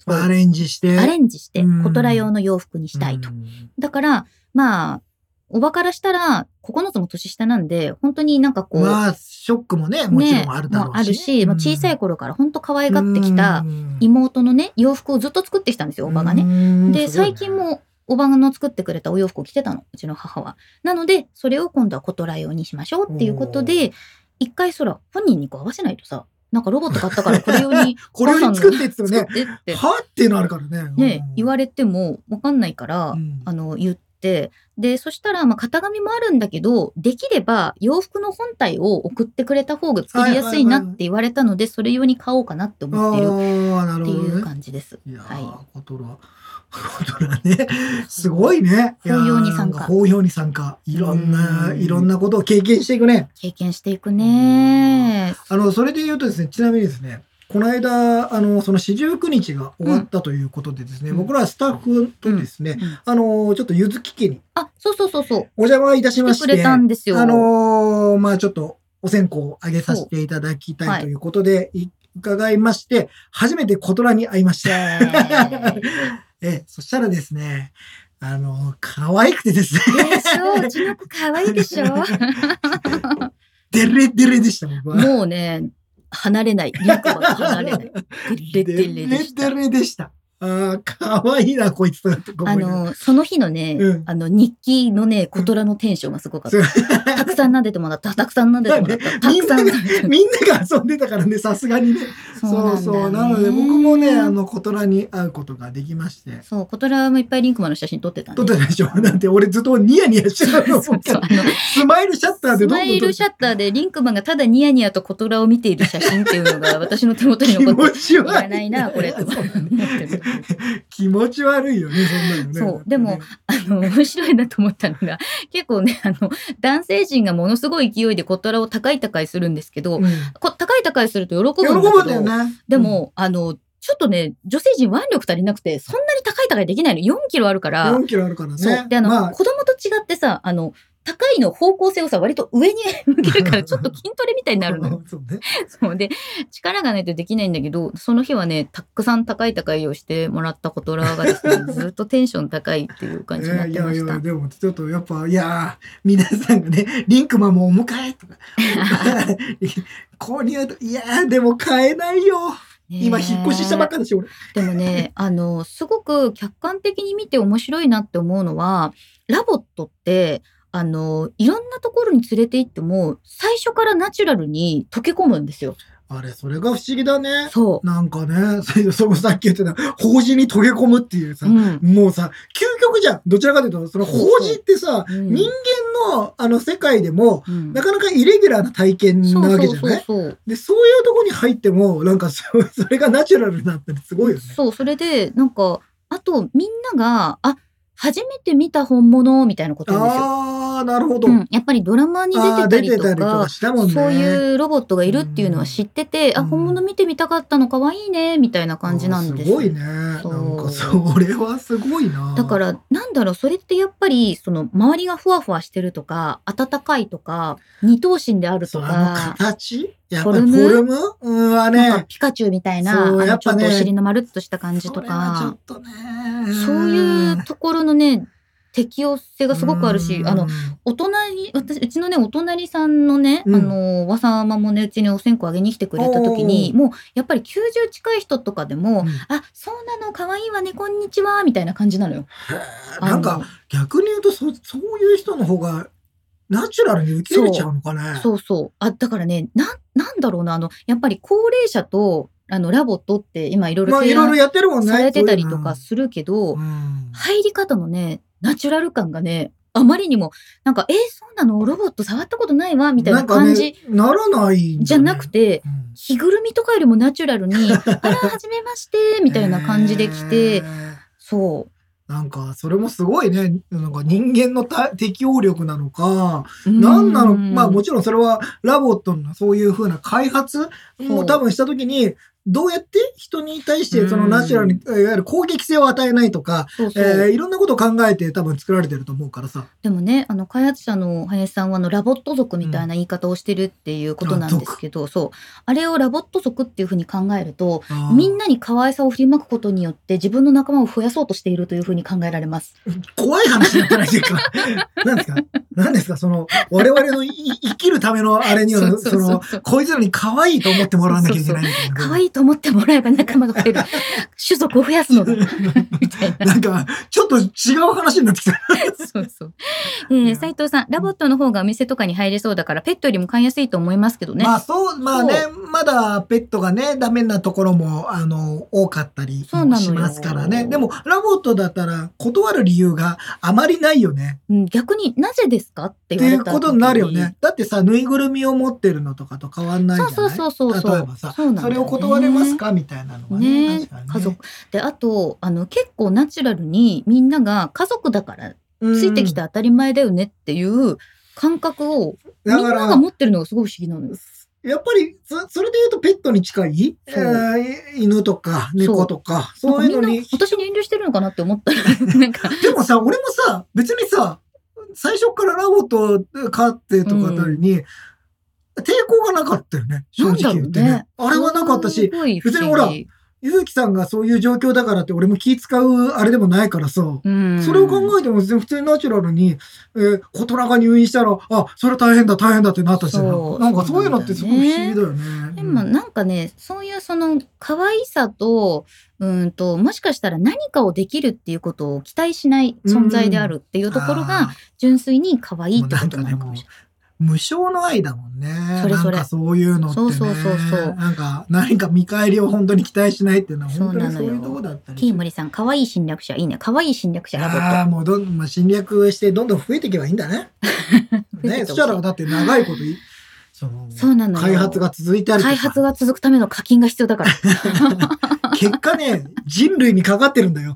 アレンジして。
アレンジして、
うん
小虎用の洋服にしたいと。
うん
だから、まあ、おばからしたら、9つも年下なんで、本当になんかこう、
まあ、ショックもね、もちろんあるだろうし、ね
もうあるし、もう小さい頃から本当可愛がってきた
うん、
妹のね、洋服をずっと作ってきたんですよ、おばがね。
ね
で、最近。も、おばの作ってくれたお洋服を着てたの、うちの母は。なので、それを今度は小虎用にしましょうっていうことで、一回そら、本人にこう合わせないとさ、なんかロボット買ったからこれ用 に
これより作ってって
作
も
っ
ね、
てって、
はっていうのあるからね。
ね、言わ
れ
れてもわかんないから、あの言ってでそしたらまあ型紙もあるんだけどできれば洋服の本体を送ってくれた方が作りやすいなって言われたので、それ用に買おうかなって思ってる
ああ、なる
って
ほど、
いう
ね。
感じです。
いやー、
は
コトラ。コトラね。すごいね。
法要に参
い
加
やーなんか法要に参加。いろんな、
うん
いろんなことを経験していくね。
経験していくね。
あの、それで言うとですね、ちなみにですね、この間、あの、その四十九日が終わったということでですね、
うん
僕らスタッフとですね、
うん
あの、ちょっとゆずき家に
あそうそうそうそう。
お邪魔いたしま
来
してて、
くれたんですよ。
あのーまあちょっとお線香をあげさせていただき
そう
た
はい
いということで、い伺いまして、初めて小虎に会いました。
えー
ええ、そしたらですね、あのー可愛くてですね、
でしょうちの子可愛いでしょ
デレデレでした、僕は。
もうね離れない。リンクは離れない。デレデレでした
デレデレでした。ああ、かわいいな、こいつとかって思
あ
いながら
の、その日のね、
うん
あの、日記のね、小虎のテンションがすごかった。たくさん撫でてもらった、たくさん撫でてもらった、たくさん撫でてもらっ
みんなが遊んでたからね、さすがにね。
た。
そうそう。な
なんだよ
ので、僕もね、あ、の、小虎に会うことができまして。
そう、小虎もいっぱいリンクマンの写真撮ってたね。
撮ってたでしょだって俺ずっとニヤニヤしてたの。
そうそう。あの、
スマイルシャッターで
ス
ど
マ
んどん
イ
撮っ
ル
て
シャッターでリンクマンがただニヤニヤと小虎を見ている写真っていうのが私の手元に
気
残って
持ち
いら
悪い。
ないな、これ、と
そう
思
だね
ってる。
気持ち悪いよね、そんなのね。
そうでもあの、面白いなと思ったのが、 結構ね、あの、男性陣がものすごい勢いで小虎を高い高いするんですけど、
うん、
こ高い高いすると喜
喜
ぶん
ぶ
だ
ん
け
だ
ど、
よね。
でも、あの、ちょっとね、女性陣腕力足りなくて、そんなに高い高いできないの。4キロあるか
う
ら
ん、、4キロあるからね。
そう。で、あの、
まあ
子供と違ってさ、あの、高いの方向性をさ、割と上に向ける から、ちょっと筋トレみたいになるのよ。
そうね。
そうで、力がないとできないんだけど、その日はね、たくさん高い高いをしてもらったコトラがで すね、ずっとテンション高いっていう感じになっ
い
て
や
ま
い
した
や、。でもちょっとやっぱ、いやー、皆さんがね、リンクマンもお迎えとか、 購入と、いやー、でも買えないよ。今、引っ越ししたばっ
か
かだし、俺。
でもね、あの、すごく客観的に見て面白いなって思うのは、ラボットって、あの、いろんなところに連れて行っても、最初からナチュラルに溶け込むんですよ。
あれ、それが不思議だね。
そ
なんかね、そそのさっき言ってた、法事に溶け込むっていう
う。
さ、
うん。
もうさ、究極じゃん。どちらかというと、その法事ってさ、
うん
人間のあの世界でも、
うん
なかなかイレギュラーな体験なわけじゃ
そうそう
な
そう
い
そう。
で、そういうとこに入っても、なんか そう、それがナチュラルになったりすごいよね。
そう、それで、なんか、あと、みんなが、あ、初めて見た本物みたいなこと言うんですよ。
ああ、なるほど。
うん、やっぱりドラマに出てたりと
あー出てたりと
か
か、したもんね。
そういうロボットがいるっていうのは知ってて、
うん
あ、本物見てみたかったの可愛いね、みたいな感じなんで
あー
す
すごい
よ
ね。なん
そう
かそれはすごいな。
だか、ら、なんだろう、それってやっぱり、その、周りがふわふわしてるとか、暖かいとか、二等身である
そ
と
うあの
か、
形やっぱフ
フォルム
ォルムうんは
なんか
ね。
ピカチュウみたいな、
そう
あ
や
の
っ
ちょ
ぱ
っ
ね
とお尻のまるっとした感じと
それは
か、
ちょっとね。
そういうところのね、適応性がすごくあるし
う、ん
あの、、お隣、私、うちのね、お隣さんのね、
うん
あの、和さまもね、うちにお線香あげに来てくれた時に、もう、やっぱり90近い人とかでも、
うん
あ、そうなの、可愛いわね、こんにちは、みたいな感じなのよ。
なんか逆に言うとそ、そういう人の方がナチュラルに受け入れちゃうのかね。
そうそう。あ、だからね、なん、なんだろうな、あの、やっぱり高齢者と、あの、ラボットって今いろいろ
まあい
提
ろいろ
案
やってるもんね。
されてたりとか
そ
するけど、
ういうのうん
入り方のね、ナチュラル感がね、あまりにも、なんか、えーそうなのロボット触ったことないわみたいな感じ
んかね、ならないんだね、
じゃなくて、
うん、
着ぐるみとかよりもナチュ ラルに、あら、はじめまして、みたいな感じで来
え
て、
ー
そ
なんか、それもすごいね。なんか人間のた適応力なのか、
う。
なんなの、まあも
ち
ちろんそれはラボットのそういう風な開発も多分した時に、どうやって人に対してその
うん
ナチュラルに、いわゆる攻撃性を与えないとか、
ろん。そうそう
えーいろんなことを考えて多分作られてると思うからさ。
でもね、あの開発者の林さんはあのラボット族みたいな言い方をしてるっていうことなんですけど、そうあれをラボット族っていうふうに考えるとみん
な
なに可愛さを振りまくことによって自分の仲間を増やそうとしているというふうに考えられます。
怖い話になってないですか 何ですか何ですかその、我々のい生きるためのあれに
そ
は、
うそう
そ
そう
の、こいつらに可愛いと思ってもらわなきゃいけないみたいな。
可愛いと思ってもらえば仲間が 増える種族を増やすのだみたいな。
なんか、ちょっと違う話になってきた。
そうそう。えー、斉藤さん、ラボットの方がお店とかに入れそうだからペットよりも飼いやすいと思いますけどね。
まあそう、まあね、まだペットがね、ダメなところも、あの、多かったり
そうなのよ
しますからね。でも、ラボットだったら断る理由があまりないよね。
うん逆になぜですかって
っ
言
て
わ
い
れ
う
た
ことになるよね。。だってさ、ぬいぐるみを持ってるのとかと変わんないじゃ
そ
な
う
い
そうそうそうそう。
例えばさ、
うなんだよ
そ
ね
れを断れますかみたいなのがね。
ね
確かにね
家族であとあの結構ナチュラルにみんなが家族だから
うん
ついてきて当たり前だよねっていう感覚をみん
だか
な
ら
が持ってるのがすごい不思議なのよ。
やっぱりそ、それで言うとペットに近い、え
そう
ー犬とか猫とか、そういうの
なんかみん
に
な私に遠慮してるのかなって思ったら なんか
でもさ、俺もさ、別にさ、最初からラボット飼ってとかあたりに、抵抗がなかったよね、正直言ってね。あれはなかったし、
すごい不
別に
思
ほら
議
ゆずきさんがそういう状況だからって俺も気使うあれでもないからさ。
うん
それを考えても全然普通にナチュラルに、えー、小虎が入院したら、あ、それ大変だ、大変だってなったしな、
そう
なんかそういうのってすごく不思議だよね。
でもなんかね、そういうその可愛さと、うーんと、もしかしたら何かをできるっていうことを期待しない存在であるっていうところ
あ
が、純粋に可
ー、
愛いってことなのかもしれない。
もう無償の愛だもんね。
それそれ
なんかそういうのってね。
そうそうそうそう
なんか何か見返りを本当に期待しないっていうのは
そう
本当
な
に
の
そ
よ
ういうとこだったりす
T
る。
森さん、可愛い侵略者、いいね。可愛い侵略者、ラボ
ああ、
ッ
もうどん、まあ、侵略してどんどん増えていけばいいんだね。
増えてってほしい
ね、そしたらだって長いことい、その
ト。そうなのよ。
開発が続いてあると
開
さ
発が続くための課金が必要 だから。
結果ね、人類にかかってるんだよ。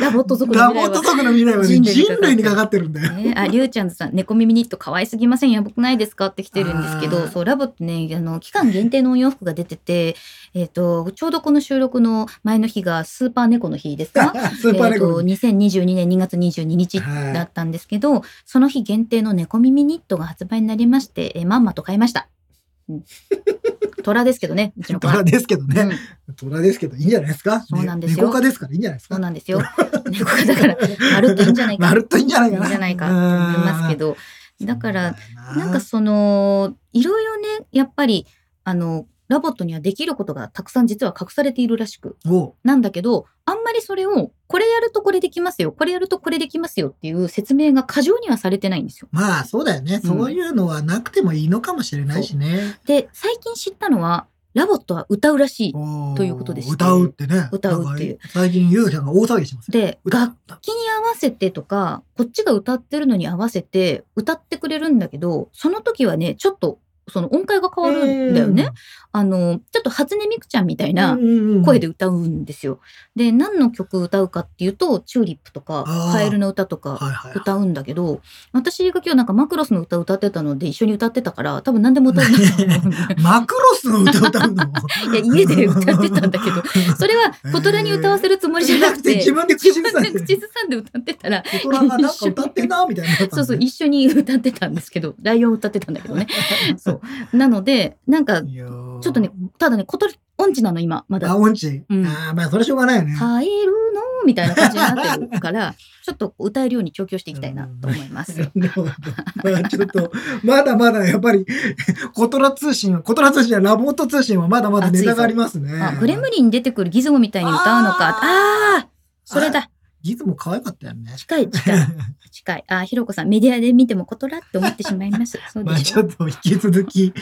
ラボット族の
ラボ
未
ッ
来
ト
は。
族の未来はね
人類にか
人
かってる
類にかかってるんだよ。
ね、あ、りゅうちゃんとさん、猫耳ニット可愛すぎませんやばくないですかって来てるんですけ
あ
ど、
ー
そう、ラボってね、あの、期間限定のお洋服が出てて、えっ、と、ちょうどこの収録の前の日がスーパー猫の日ですか
スーパーレ
えっ、
コ
と、2022年2月22日
はい
だったんですけど、その日限定の猫耳ニットが発売になりまして、えーまんまと買いました。うん、 虎ですけどね、うちの子は
虎。ですけど
う
ね。
ん
虎ですけど、いいんじゃないですか。
そうなんですよ
ね猫科ですから、いいんじゃないです
そう
か。
なんですよ。猫が だから、まるっといいんじゃないか。
まるっといいんじゃないかな。
いいんじゃないかと思いますけど、
うん。
だか
そ
ら、
うだよ
なんかそのいろいろねやっぱりあのラボットにはできることがたくさん実は隠されているらしく
おう
なんだけどあんまりそれをこれやるとこれできますよこれやるとこれできますよっていう説明が過剰にはされてないんですよ。
まあ、そうだよね。
うん
そういうのはなくてもいいのかもしれないしね。
で最近知ったのはラボットは歌うらしい。
お
ということでして
歌うってね。
歌うっていう
なんか最近、ゆうちゃんが大騒ぎしてますね。
で
歌
楽
う
器に合わせてとかこっちが歌ってるのに合わせて歌ってくれるんだけどその時はねちょっとその音階が変わるんだよね。。あのちょっと初音ミクちゃんみたいな声で
歌
歌うんですよ。で何の曲歌うかっていうと「チューリップ」とか
あー
「カエルの歌」と
は
か
いはいはい。
歌うんだけど私が今日なんかマクロスの歌歌ってたので一緒に歌ってたから多分何でも歌うんだと思うんだよ
マクロスの歌歌うの
いや家で歌ってたんだけど それは小虎に歌わせるつもりじゃなくて
自分で口
自
ず
分
さん
で
で
口ずさんで歌ってたら
大人がなんか歌ってんなみたいになったんだね。
そうそう一緒に歌ってたんですけ ど「ライオン」歌ってたんだけど ね。そうなのでなんか
いやー
ちょっとね、ただね小鳥音痴なの今まだ
あ、音痴。
うん
ああ、まあ、それしょうがないよね。
カエルのみたいな感じになってるから、ちょっと歌えるように調教していきたいなと思います。
なるほど まあ、ちょっと、まだまだ、やっぱり、 コトラ通信は、コトラ通信やラボット通信はまだまだネタがありますね。
あ、グレムリンに出てくるギズモみたいに歌うのか。ああー、それだ。
ギズも可愛かったよね。
近 い、近い、近い。あ、ひろこさん、メディアで見てもコトラって思ってしま います。そう
ま
で
あ、
し
ち
ょ。
ょっと引き続 き、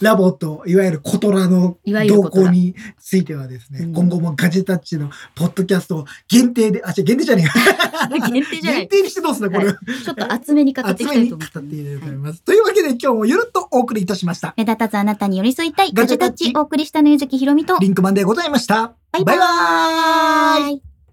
ラボット、いわゆるコトラの
いわゆる
動
コト
向
ラ
についてはです
う
ね
ん、。
今後もガジェタッチのポッドキャストを限定で、あ、違う、限定じゃねえ
限定じゃない
限。定にしてどうすんだ、これ。
ちょっと厚めに語って
集
いきた
め
い
に
と
語
思
っていただき
いま
たい
す
と。思います。というわけで今日もゆるっとお送りいたしました。
目立たずあなたに寄り添いたい、ガ
ガ
ジ
ジ
ェ
ェ
タ
タ
ッ
ッ
チ
チ
お送りしたのゆずきひろみと。
リンクマンでございました。
バイバ
バイバーイ
ーイ